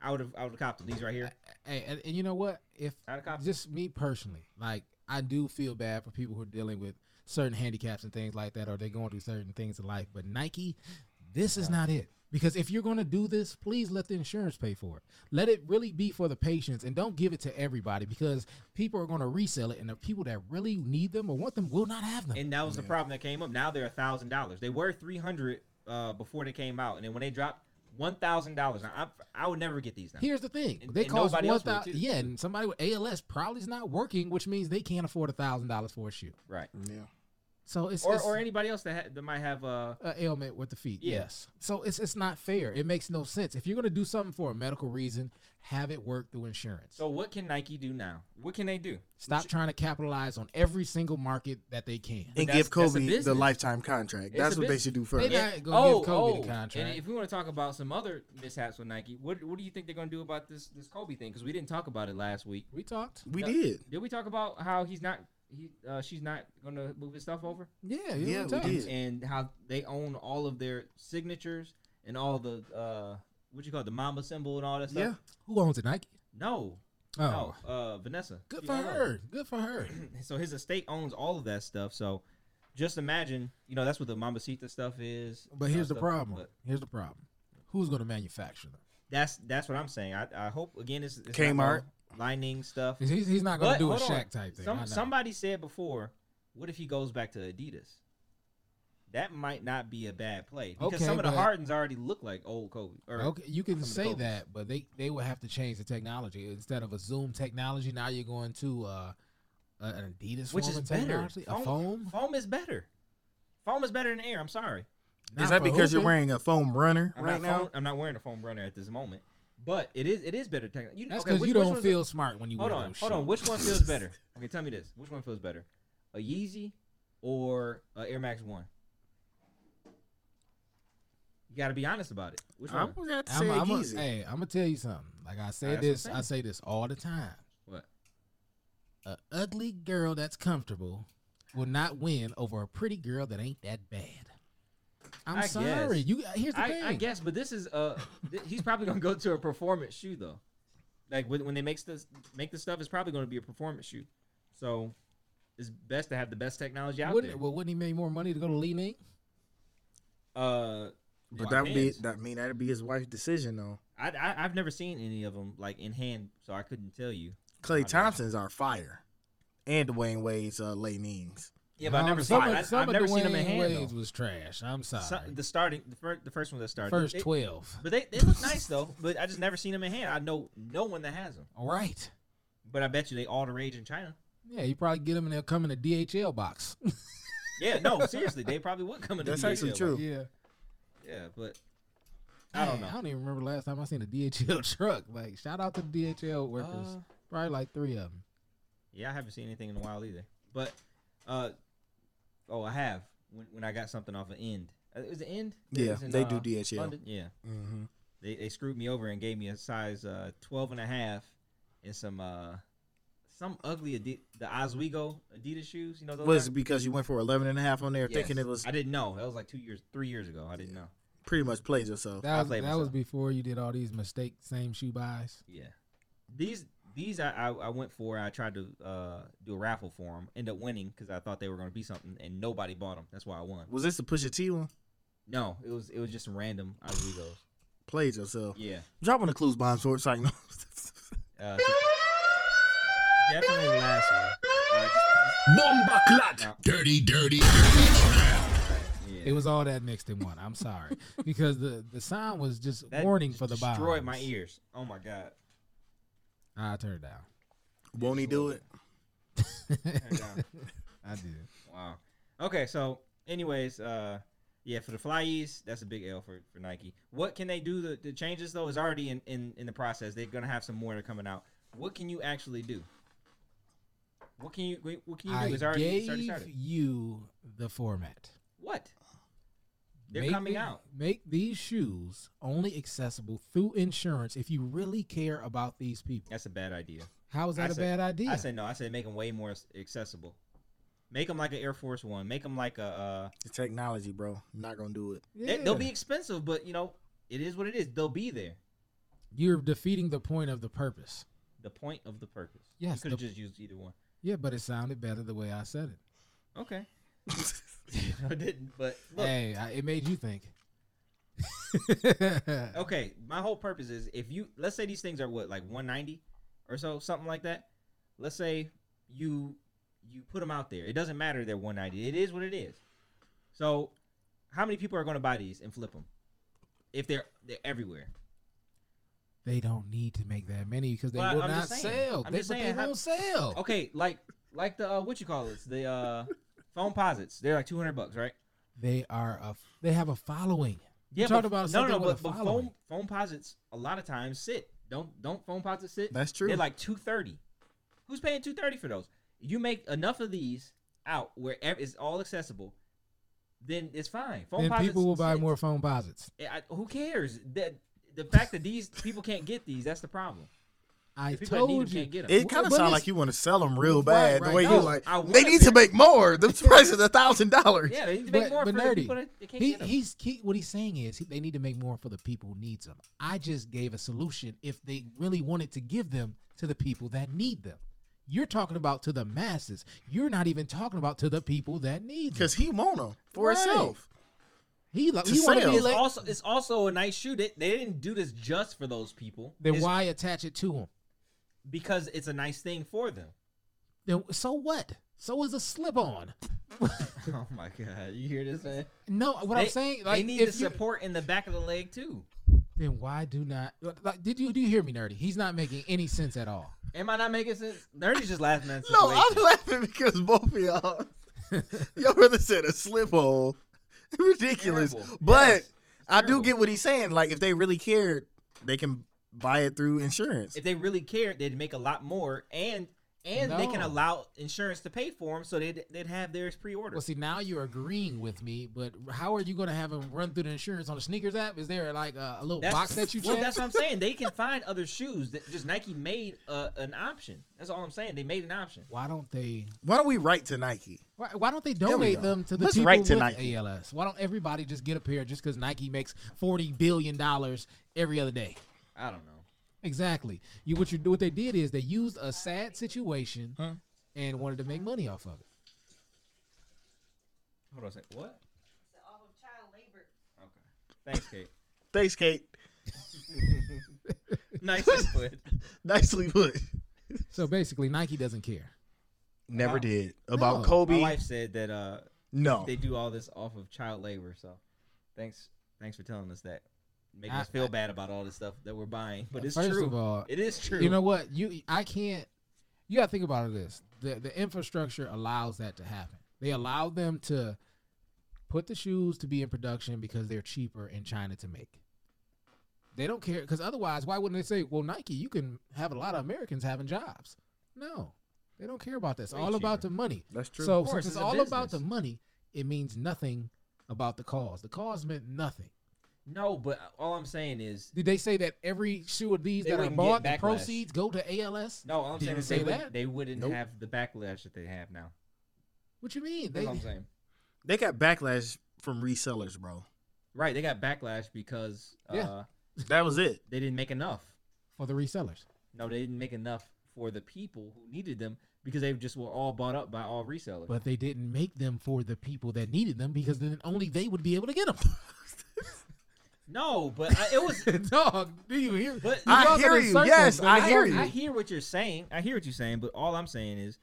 [SPEAKER 3] I would have I would have copped them. These right here.
[SPEAKER 2] Hey, and, and you know what? If
[SPEAKER 3] I'd have copped. them.
[SPEAKER 2] just me personally, like I do feel bad for people who are dealing with certain handicaps and things like that, or they're going through certain things in life. But Nike, this is not it. Because if you're going to do this, please let the insurance pay for it. Let it really be for the patients, and don't give it to everybody because people are going to resell it, and the people that really need them or want them will not have them.
[SPEAKER 3] And that was the problem that came up. Now they're a thousand dollars. They were three hundred uh, before they came out, and then when they dropped one thousand dollars, now I I would never get these now.
[SPEAKER 2] Here's the thing:
[SPEAKER 3] And-
[SPEAKER 2] they
[SPEAKER 3] and
[SPEAKER 2] cost
[SPEAKER 3] nobody
[SPEAKER 2] one
[SPEAKER 3] else will,
[SPEAKER 2] thousand.
[SPEAKER 3] too.
[SPEAKER 2] Yeah, and somebody with ALS probably is not working, which means they can't afford a thousand dollars for a shoe.
[SPEAKER 3] Right.
[SPEAKER 4] Yeah.
[SPEAKER 2] So it's
[SPEAKER 3] Or
[SPEAKER 2] it's,
[SPEAKER 3] or anybody else that ha- that might have uh
[SPEAKER 2] a ailment with the feet.
[SPEAKER 3] Yeah.
[SPEAKER 2] Yes. So it's it's not fair. It makes no sense. If you're gonna do something for a medical reason, have it work through insurance.
[SPEAKER 3] So what can Nike do now? What can they do?
[SPEAKER 2] Stop trying to capitalize on every single market that they can.
[SPEAKER 3] That's-
[SPEAKER 4] And give
[SPEAKER 3] that's a
[SPEAKER 4] Kobe the
[SPEAKER 3] business.
[SPEAKER 4] lifetime contract.
[SPEAKER 3] It's
[SPEAKER 4] that's
[SPEAKER 3] a
[SPEAKER 4] what they
[SPEAKER 3] business.
[SPEAKER 4] should do
[SPEAKER 2] They
[SPEAKER 4] first.
[SPEAKER 2] not gonna give Kobe the contract.
[SPEAKER 3] Oh, And if we want to talk about some other mishaps with Nike, what what do you think they're going to do about this this Kobe thing? Because we didn't talk about it last week.
[SPEAKER 2] we talked.
[SPEAKER 4] we
[SPEAKER 3] No.
[SPEAKER 4] did.
[SPEAKER 3] Did we talk about how he's not he uh, she's not going to move his stuff over
[SPEAKER 2] Yeah. Yeah.
[SPEAKER 4] Yeah,
[SPEAKER 2] we
[SPEAKER 4] we
[SPEAKER 2] talked.
[SPEAKER 4] did.
[SPEAKER 3] and how they own all of their signatures and all the uh, what you call it, the Mamba symbol and all that stuff?
[SPEAKER 4] Yeah.
[SPEAKER 2] Who owns it? Nike.
[SPEAKER 3] No.
[SPEAKER 2] Oh.
[SPEAKER 3] No. Uh, Vanessa.
[SPEAKER 2] Good
[SPEAKER 3] She
[SPEAKER 2] for
[SPEAKER 3] owns it.
[SPEAKER 2] her. Good for her.
[SPEAKER 3] so his estate owns all of that stuff. So just imagine, you know, that's what the Mamacita stuff is.
[SPEAKER 2] But
[SPEAKER 3] you know,
[SPEAKER 2] here's the
[SPEAKER 3] stuff-
[SPEAKER 2] problem.
[SPEAKER 3] but
[SPEAKER 2] Here's the problem. Who's gonna manufacture them?
[SPEAKER 3] That's that's what I'm saying. I, I hope again it's, it's not no
[SPEAKER 4] Kmart.
[SPEAKER 3] lining stuff.
[SPEAKER 2] 'Cause He's, he's not gonna
[SPEAKER 3] But,
[SPEAKER 2] do a
[SPEAKER 3] hold on.
[SPEAKER 2] Shaq type thing. I know.
[SPEAKER 3] Some, somebody said before, what if he goes back to Adidas? That might not be a bad play because
[SPEAKER 2] Okay,
[SPEAKER 3] some of the
[SPEAKER 2] but-
[SPEAKER 3] Hardens already look like old Kobe. Or
[SPEAKER 2] Okay, you can
[SPEAKER 3] some of the
[SPEAKER 2] say
[SPEAKER 3] Kobe's.
[SPEAKER 2] that, but they they would have to change the technology instead of a Zoom technology. Now you're going to uh, a- an Adidas,
[SPEAKER 3] which
[SPEAKER 2] form
[SPEAKER 3] is
[SPEAKER 2] of
[SPEAKER 3] better.
[SPEAKER 2] technology, a foam.
[SPEAKER 3] foam is better. Foam is better than air. I'm sorry.
[SPEAKER 2] Not
[SPEAKER 4] Is that
[SPEAKER 2] for
[SPEAKER 4] because you're
[SPEAKER 2] hooping.
[SPEAKER 4] wearing a foam runner
[SPEAKER 3] I'm
[SPEAKER 4] right
[SPEAKER 3] not
[SPEAKER 4] now?
[SPEAKER 3] foam- I'm not wearing a foam runner at this moment, but it is it is better. Techn- you,
[SPEAKER 2] That's
[SPEAKER 3] okay,
[SPEAKER 2] because
[SPEAKER 3] which-
[SPEAKER 2] you
[SPEAKER 3] which
[SPEAKER 2] don't
[SPEAKER 3] one's
[SPEAKER 2] feel smart when you
[SPEAKER 3] The, hold
[SPEAKER 2] wear
[SPEAKER 3] on,
[SPEAKER 2] those
[SPEAKER 3] hold on.
[SPEAKER 2] shoes.
[SPEAKER 3] Which one feels better? Okay, tell me this. Which one feels better? A Yeezy or a Air Max One? You got to be honest about it. Which one?
[SPEAKER 4] I'm gonna have to
[SPEAKER 2] I'm,
[SPEAKER 4] say
[SPEAKER 2] I'm
[SPEAKER 4] Yeezy.
[SPEAKER 2] a, hey, I'm gonna tell you something. Like I say
[SPEAKER 3] That's what I'm
[SPEAKER 2] this, I
[SPEAKER 3] saying.
[SPEAKER 2] say this all the time.
[SPEAKER 3] What?
[SPEAKER 2] A ugly girl that's comfortable will not win over a pretty girl that ain't that bad. I'm
[SPEAKER 3] I guess.
[SPEAKER 2] sorry. You here's the
[SPEAKER 3] I,
[SPEAKER 2] thing.
[SPEAKER 3] I guess, but this is uh, th- he's probably gonna go to a performance shoe though. Like when, when they make this make the stuff, it's probably gonna be a performance shoe. So it's best to have the best technology out
[SPEAKER 2] wouldn't,
[SPEAKER 3] there.
[SPEAKER 2] well, wouldn't he make more money to go to Li Ning?
[SPEAKER 3] uh,
[SPEAKER 4] But
[SPEAKER 3] well,
[SPEAKER 4] that would be
[SPEAKER 3] hands.
[SPEAKER 4] that I mean that'd be his wife's decision though.
[SPEAKER 3] I, I I've never seen any of them like in hand, so I couldn't tell you.
[SPEAKER 4] Clay
[SPEAKER 3] know.
[SPEAKER 4] Thompson's are fire. And Dwayne Wade's uh Lanings.
[SPEAKER 3] Yeah, but I've never seen.
[SPEAKER 2] some
[SPEAKER 3] I,
[SPEAKER 2] of, some
[SPEAKER 3] I've
[SPEAKER 2] of
[SPEAKER 3] never seen them in
[SPEAKER 2] Dwayne
[SPEAKER 3] hand.
[SPEAKER 2] Wade's
[SPEAKER 3] though.
[SPEAKER 2] was trash. I'm sorry.
[SPEAKER 3] Some- the starting, the first, the first one that started.
[SPEAKER 2] First
[SPEAKER 3] It-
[SPEAKER 2] twelve.
[SPEAKER 3] But they, they look nice though. But I just never seen them in hand. I know no one that has them.
[SPEAKER 2] All right.
[SPEAKER 3] But I bet you they all the rage in China.
[SPEAKER 2] Yeah, you probably get them and they'll come in a DHL box.
[SPEAKER 3] Yeah, no, seriously, they probably would come in. the
[SPEAKER 4] That's
[SPEAKER 3] DHL,
[SPEAKER 4] actually
[SPEAKER 3] like,
[SPEAKER 4] true.
[SPEAKER 2] yeah.
[SPEAKER 3] Yeah, but I don't
[SPEAKER 2] Man, I
[SPEAKER 3] know.
[SPEAKER 2] don't even remember last time I seen a DHL truck. Like, shout out to the DHL workers.
[SPEAKER 3] Uh,
[SPEAKER 2] probably like three of them.
[SPEAKER 3] yeah, I haven't seen anything in a while either. But uh, oh, I have when, when I got something off of End. Uh, It was an End. It
[SPEAKER 4] Yeah,
[SPEAKER 3] was in,
[SPEAKER 4] they
[SPEAKER 3] uh,
[SPEAKER 4] do DHL.
[SPEAKER 3] London. Yeah,
[SPEAKER 4] Mm-hmm.
[SPEAKER 3] they, they screwed me over and gave me a size uh 12 and a half and some uh some ugly Adi- the Oswego Adidas shoes. You know those.
[SPEAKER 4] Was
[SPEAKER 3] are-
[SPEAKER 4] it because you went for 11 and a half on there
[SPEAKER 3] Yes.
[SPEAKER 4] thinking it was
[SPEAKER 3] I didn't know. That was like two years, three years ago. I didn't know.
[SPEAKER 4] pretty much plays yourself?
[SPEAKER 2] That was
[SPEAKER 3] played
[SPEAKER 2] that was
[SPEAKER 3] myself.
[SPEAKER 2] before you did all these mistake same shoe buys.
[SPEAKER 3] Yeah, these these I, I, I went for. I tried to uh, do a raffle for them. End up winning because I thought they were going to be something, and nobody bought them. That's why I won.
[SPEAKER 4] Was this the Pusha T one?
[SPEAKER 3] No, it was it was just random Rodrigo's.
[SPEAKER 4] Played yourself.
[SPEAKER 3] Yeah,
[SPEAKER 4] Drop on the clues bomb sword so I can know.
[SPEAKER 3] uh, so- definitely the last one. Uh,
[SPEAKER 5] Bomba clat. Dirty, dirty, dirty trap.
[SPEAKER 3] yeah.
[SPEAKER 2] It was all that mixed in one. I'm sorry because the the sound was just warning for the bomb.
[SPEAKER 3] Destroyed my ears. Oh my god.
[SPEAKER 2] I turned it down.
[SPEAKER 4] Won't he do it?
[SPEAKER 3] Turned down.
[SPEAKER 2] I did.
[SPEAKER 3] wow. Okay, so anyways, uh, yeah, for the Flyees, that's a big L for, for Nike. What can they do? The, the changes though is already in, in in the process. They're gonna have some more that are coming out. What can you actually do? What can you what can you do?
[SPEAKER 2] I
[SPEAKER 3] It's already, it's already
[SPEAKER 2] gave
[SPEAKER 3] started.
[SPEAKER 2] you the format.
[SPEAKER 3] What? They're
[SPEAKER 2] Make
[SPEAKER 3] coming
[SPEAKER 2] the-
[SPEAKER 3] out.
[SPEAKER 2] Make these shoes only accessible through insurance if you really care about these people.
[SPEAKER 3] That's a bad idea.
[SPEAKER 2] How is
[SPEAKER 3] I
[SPEAKER 2] that a
[SPEAKER 3] said-
[SPEAKER 2] bad idea?
[SPEAKER 3] I said no. I said make them way more s- accessible. Make them like an Air Force One. Make them like a. Uh,
[SPEAKER 4] The technology, bro. Not gonna do it.
[SPEAKER 3] they, they'll
[SPEAKER 2] Yeah.
[SPEAKER 3] be expensive, but you know it is what it is. They'll be there.
[SPEAKER 2] You're defeating the point of the purpose.
[SPEAKER 3] The point of the purpose.
[SPEAKER 2] Yes,
[SPEAKER 3] You could have
[SPEAKER 2] the-
[SPEAKER 3] just used either one.
[SPEAKER 2] Yeah, but it sounded better the way I said it.
[SPEAKER 3] Okay. I didn't, but look.
[SPEAKER 2] Hey, I, it made you think.
[SPEAKER 3] Okay, my whole purpose is if you let's say these things are what like 190 or so, something like that. Let's say you you put them out there. It doesn't matter they're 190. It is what it is. So, how many people are going to buy these and flip them? If they're they're everywhere.
[SPEAKER 2] They don't need to make that many because they
[SPEAKER 3] Well,
[SPEAKER 2] will
[SPEAKER 3] I'm
[SPEAKER 2] not
[SPEAKER 3] just saying.
[SPEAKER 2] sell.
[SPEAKER 3] I'm
[SPEAKER 2] They,
[SPEAKER 3] just
[SPEAKER 2] but they
[SPEAKER 3] saying how-
[SPEAKER 2] won't sell.
[SPEAKER 3] Okay, like like the uh, what you call this? The uh phone posits. They're like 200 bucks, right?
[SPEAKER 2] They are a. They have a following. You
[SPEAKER 3] but-
[SPEAKER 2] talked about
[SPEAKER 3] no, no,
[SPEAKER 2] something with
[SPEAKER 3] but,
[SPEAKER 2] a
[SPEAKER 3] but
[SPEAKER 2] following.
[SPEAKER 3] phone phone posits a lot of times sit. Don't don't phone posits sit.
[SPEAKER 4] That's true.
[SPEAKER 3] They're like two thirty. Who's paying two thirty for those? You make enough of these out where ev- it's all accessible, then it's fine. Phone
[SPEAKER 2] Then
[SPEAKER 3] posits
[SPEAKER 2] people will buy
[SPEAKER 3] sit.
[SPEAKER 2] more phone posits.
[SPEAKER 3] I- I- who cares? That the fact that these people can't get these, that's the problem.
[SPEAKER 2] I
[SPEAKER 3] The people that need
[SPEAKER 2] told
[SPEAKER 3] them
[SPEAKER 2] you.
[SPEAKER 3] can't get them.
[SPEAKER 4] It kind
[SPEAKER 2] But
[SPEAKER 4] of sounds
[SPEAKER 2] it's-
[SPEAKER 4] like you want to sell them real
[SPEAKER 2] Right,
[SPEAKER 4] bad.
[SPEAKER 2] right.
[SPEAKER 4] The way
[SPEAKER 2] No,
[SPEAKER 4] you're like,
[SPEAKER 3] I wanna
[SPEAKER 4] they need to
[SPEAKER 3] be-
[SPEAKER 4] make more. The price is a thousand dollars.
[SPEAKER 3] yeah, they need to make
[SPEAKER 2] But,
[SPEAKER 3] more
[SPEAKER 2] but
[SPEAKER 3] for the
[SPEAKER 2] nerdy,
[SPEAKER 3] people that they can't
[SPEAKER 2] he,
[SPEAKER 3] get them.
[SPEAKER 2] he's he, what he's saying is he, they need to make more for the people who needs them. I just gave a solution if they really wanted to give them to the people that need them. You're talking about to the masses. You're not even talking about to the people that need them.
[SPEAKER 4] Because he want them for
[SPEAKER 2] Right.
[SPEAKER 4] himself.
[SPEAKER 2] He, like,
[SPEAKER 4] to
[SPEAKER 2] he want to
[SPEAKER 4] sell.
[SPEAKER 2] be
[SPEAKER 3] it's
[SPEAKER 2] like,
[SPEAKER 3] also it's also a nice shoe. They, they didn't do this just for those people.
[SPEAKER 2] then
[SPEAKER 3] It's
[SPEAKER 2] why attach it to him?
[SPEAKER 3] Because it's a nice thing for them.
[SPEAKER 2] Then so what? So is a slip on.
[SPEAKER 3] Oh my god! You hear this, man?
[SPEAKER 2] No, what I'm
[SPEAKER 3] They-
[SPEAKER 2] saying,
[SPEAKER 3] they
[SPEAKER 2] like,
[SPEAKER 3] need
[SPEAKER 2] if
[SPEAKER 3] the
[SPEAKER 2] you-
[SPEAKER 3] support in the back of the leg too.
[SPEAKER 2] then why do not? Like, did you do you hear me, nerdy? He's not making any sense at all.
[SPEAKER 3] Am I not making sense? Nerdy's just laughing at the
[SPEAKER 4] No, I'm
[SPEAKER 3] situation.
[SPEAKER 4] laughing because both of y'all, y'all really said a slip hole. Ridiculous.
[SPEAKER 3] Terrible.
[SPEAKER 4] But
[SPEAKER 3] Yes.
[SPEAKER 4] I do
[SPEAKER 3] Terrible.
[SPEAKER 4] get what he's saying. Like, if they really cared, they can buy it through insurance.
[SPEAKER 3] If they really cared, they'd make a lot more, and and they can
[SPEAKER 2] No.
[SPEAKER 3] allow insurance to pay for them, so they'd they'd have theirs pre-ordered.
[SPEAKER 2] Well, see, now you're agreeing with me, but how are you going to have him run through the insurance on the sneakers app? Is there like a, a little box that you check?
[SPEAKER 3] well, that's what I'm saying. They can find other shoes that just Nike made uh, an option. That's all I'm saying. They made an option.
[SPEAKER 2] why don't they?
[SPEAKER 4] Why don't we write to Nike?
[SPEAKER 2] Why, why don't they
[SPEAKER 4] we
[SPEAKER 2] donate
[SPEAKER 4] go.
[SPEAKER 2] them to the
[SPEAKER 4] Let's
[SPEAKER 2] people
[SPEAKER 4] write
[SPEAKER 2] with
[SPEAKER 4] to Nike.
[SPEAKER 2] ALS? Why don't everybody just get a pair just because Nike makes forty billion dollars every other day?
[SPEAKER 3] I don't know.
[SPEAKER 2] Exactly. You what you do? What they did is they used a sad situation and wanted to make money off of it.
[SPEAKER 3] Hold on a second. What? Okay. Thanks, Kate.
[SPEAKER 4] Thanks, Kate.
[SPEAKER 3] nice input.
[SPEAKER 4] Nicely put.
[SPEAKER 2] So basically, Nike doesn't care.
[SPEAKER 4] Never did. About
[SPEAKER 2] No.
[SPEAKER 3] My
[SPEAKER 4] Kobe.
[SPEAKER 3] wife said that uh,
[SPEAKER 4] no.
[SPEAKER 3] they do all this off of child labor. So, thanks, thanks for telling us that. Making
[SPEAKER 2] I-
[SPEAKER 3] us feel
[SPEAKER 2] I-
[SPEAKER 3] bad about all this stuff that we're buying, but it's
[SPEAKER 2] First
[SPEAKER 3] true.
[SPEAKER 2] of all,
[SPEAKER 3] it is true.
[SPEAKER 2] You know what? You I can't. You gotta think about this. The the infrastructure allows that to happen. They allow them to put the shoes to be in production because they're cheaper in China to make. They don't care because otherwise, why wouldn't they say, "Well, Nike, you can have a lot of Americans having jobs"? No, they don't care about that. It's
[SPEAKER 3] Way
[SPEAKER 2] all about
[SPEAKER 3] cheaper.
[SPEAKER 2] the money.
[SPEAKER 4] That's true.
[SPEAKER 2] So
[SPEAKER 3] Of course,
[SPEAKER 2] since it's
[SPEAKER 3] it's a
[SPEAKER 2] all about the
[SPEAKER 3] business.
[SPEAKER 2] money, it means nothing about the cause. The cause meant nothing.
[SPEAKER 3] no, but all I'm saying is
[SPEAKER 2] Did they say that every shoe of these
[SPEAKER 3] They
[SPEAKER 2] that are
[SPEAKER 3] wouldn't
[SPEAKER 2] bought,
[SPEAKER 3] get
[SPEAKER 2] the
[SPEAKER 3] backlash.
[SPEAKER 2] proceeds go to ALS?
[SPEAKER 3] no. All I'm
[SPEAKER 4] Did
[SPEAKER 3] saying
[SPEAKER 4] you
[SPEAKER 3] is they,
[SPEAKER 2] say
[SPEAKER 3] would,
[SPEAKER 2] that?
[SPEAKER 3] they wouldn't
[SPEAKER 4] Nope.
[SPEAKER 3] have the backlash that they have now.
[SPEAKER 2] What you mean?
[SPEAKER 3] That's
[SPEAKER 2] They,
[SPEAKER 3] all I'm saying.
[SPEAKER 4] they got backlash from resellers, bro.
[SPEAKER 3] Right? They got backlash because uh,
[SPEAKER 2] Yeah.
[SPEAKER 4] That was it.
[SPEAKER 3] they didn't make enough.
[SPEAKER 2] for the resellers.
[SPEAKER 3] No, they didn't make enough for the people who needed them because they just were all bought up by all resellers.
[SPEAKER 2] But they didn't make them for the people that needed them because then only they would be able to get them.
[SPEAKER 3] no, but I, it was.
[SPEAKER 2] Dog, do you hear?
[SPEAKER 3] But
[SPEAKER 2] Y'all
[SPEAKER 4] I
[SPEAKER 2] go
[SPEAKER 4] hear
[SPEAKER 2] in
[SPEAKER 4] you.
[SPEAKER 2] circles,
[SPEAKER 4] Yes,
[SPEAKER 2] but
[SPEAKER 4] I
[SPEAKER 2] y'all-
[SPEAKER 4] hear
[SPEAKER 3] I
[SPEAKER 4] you.
[SPEAKER 3] hear what you're saying. I hear what you're saying, but all I'm saying is,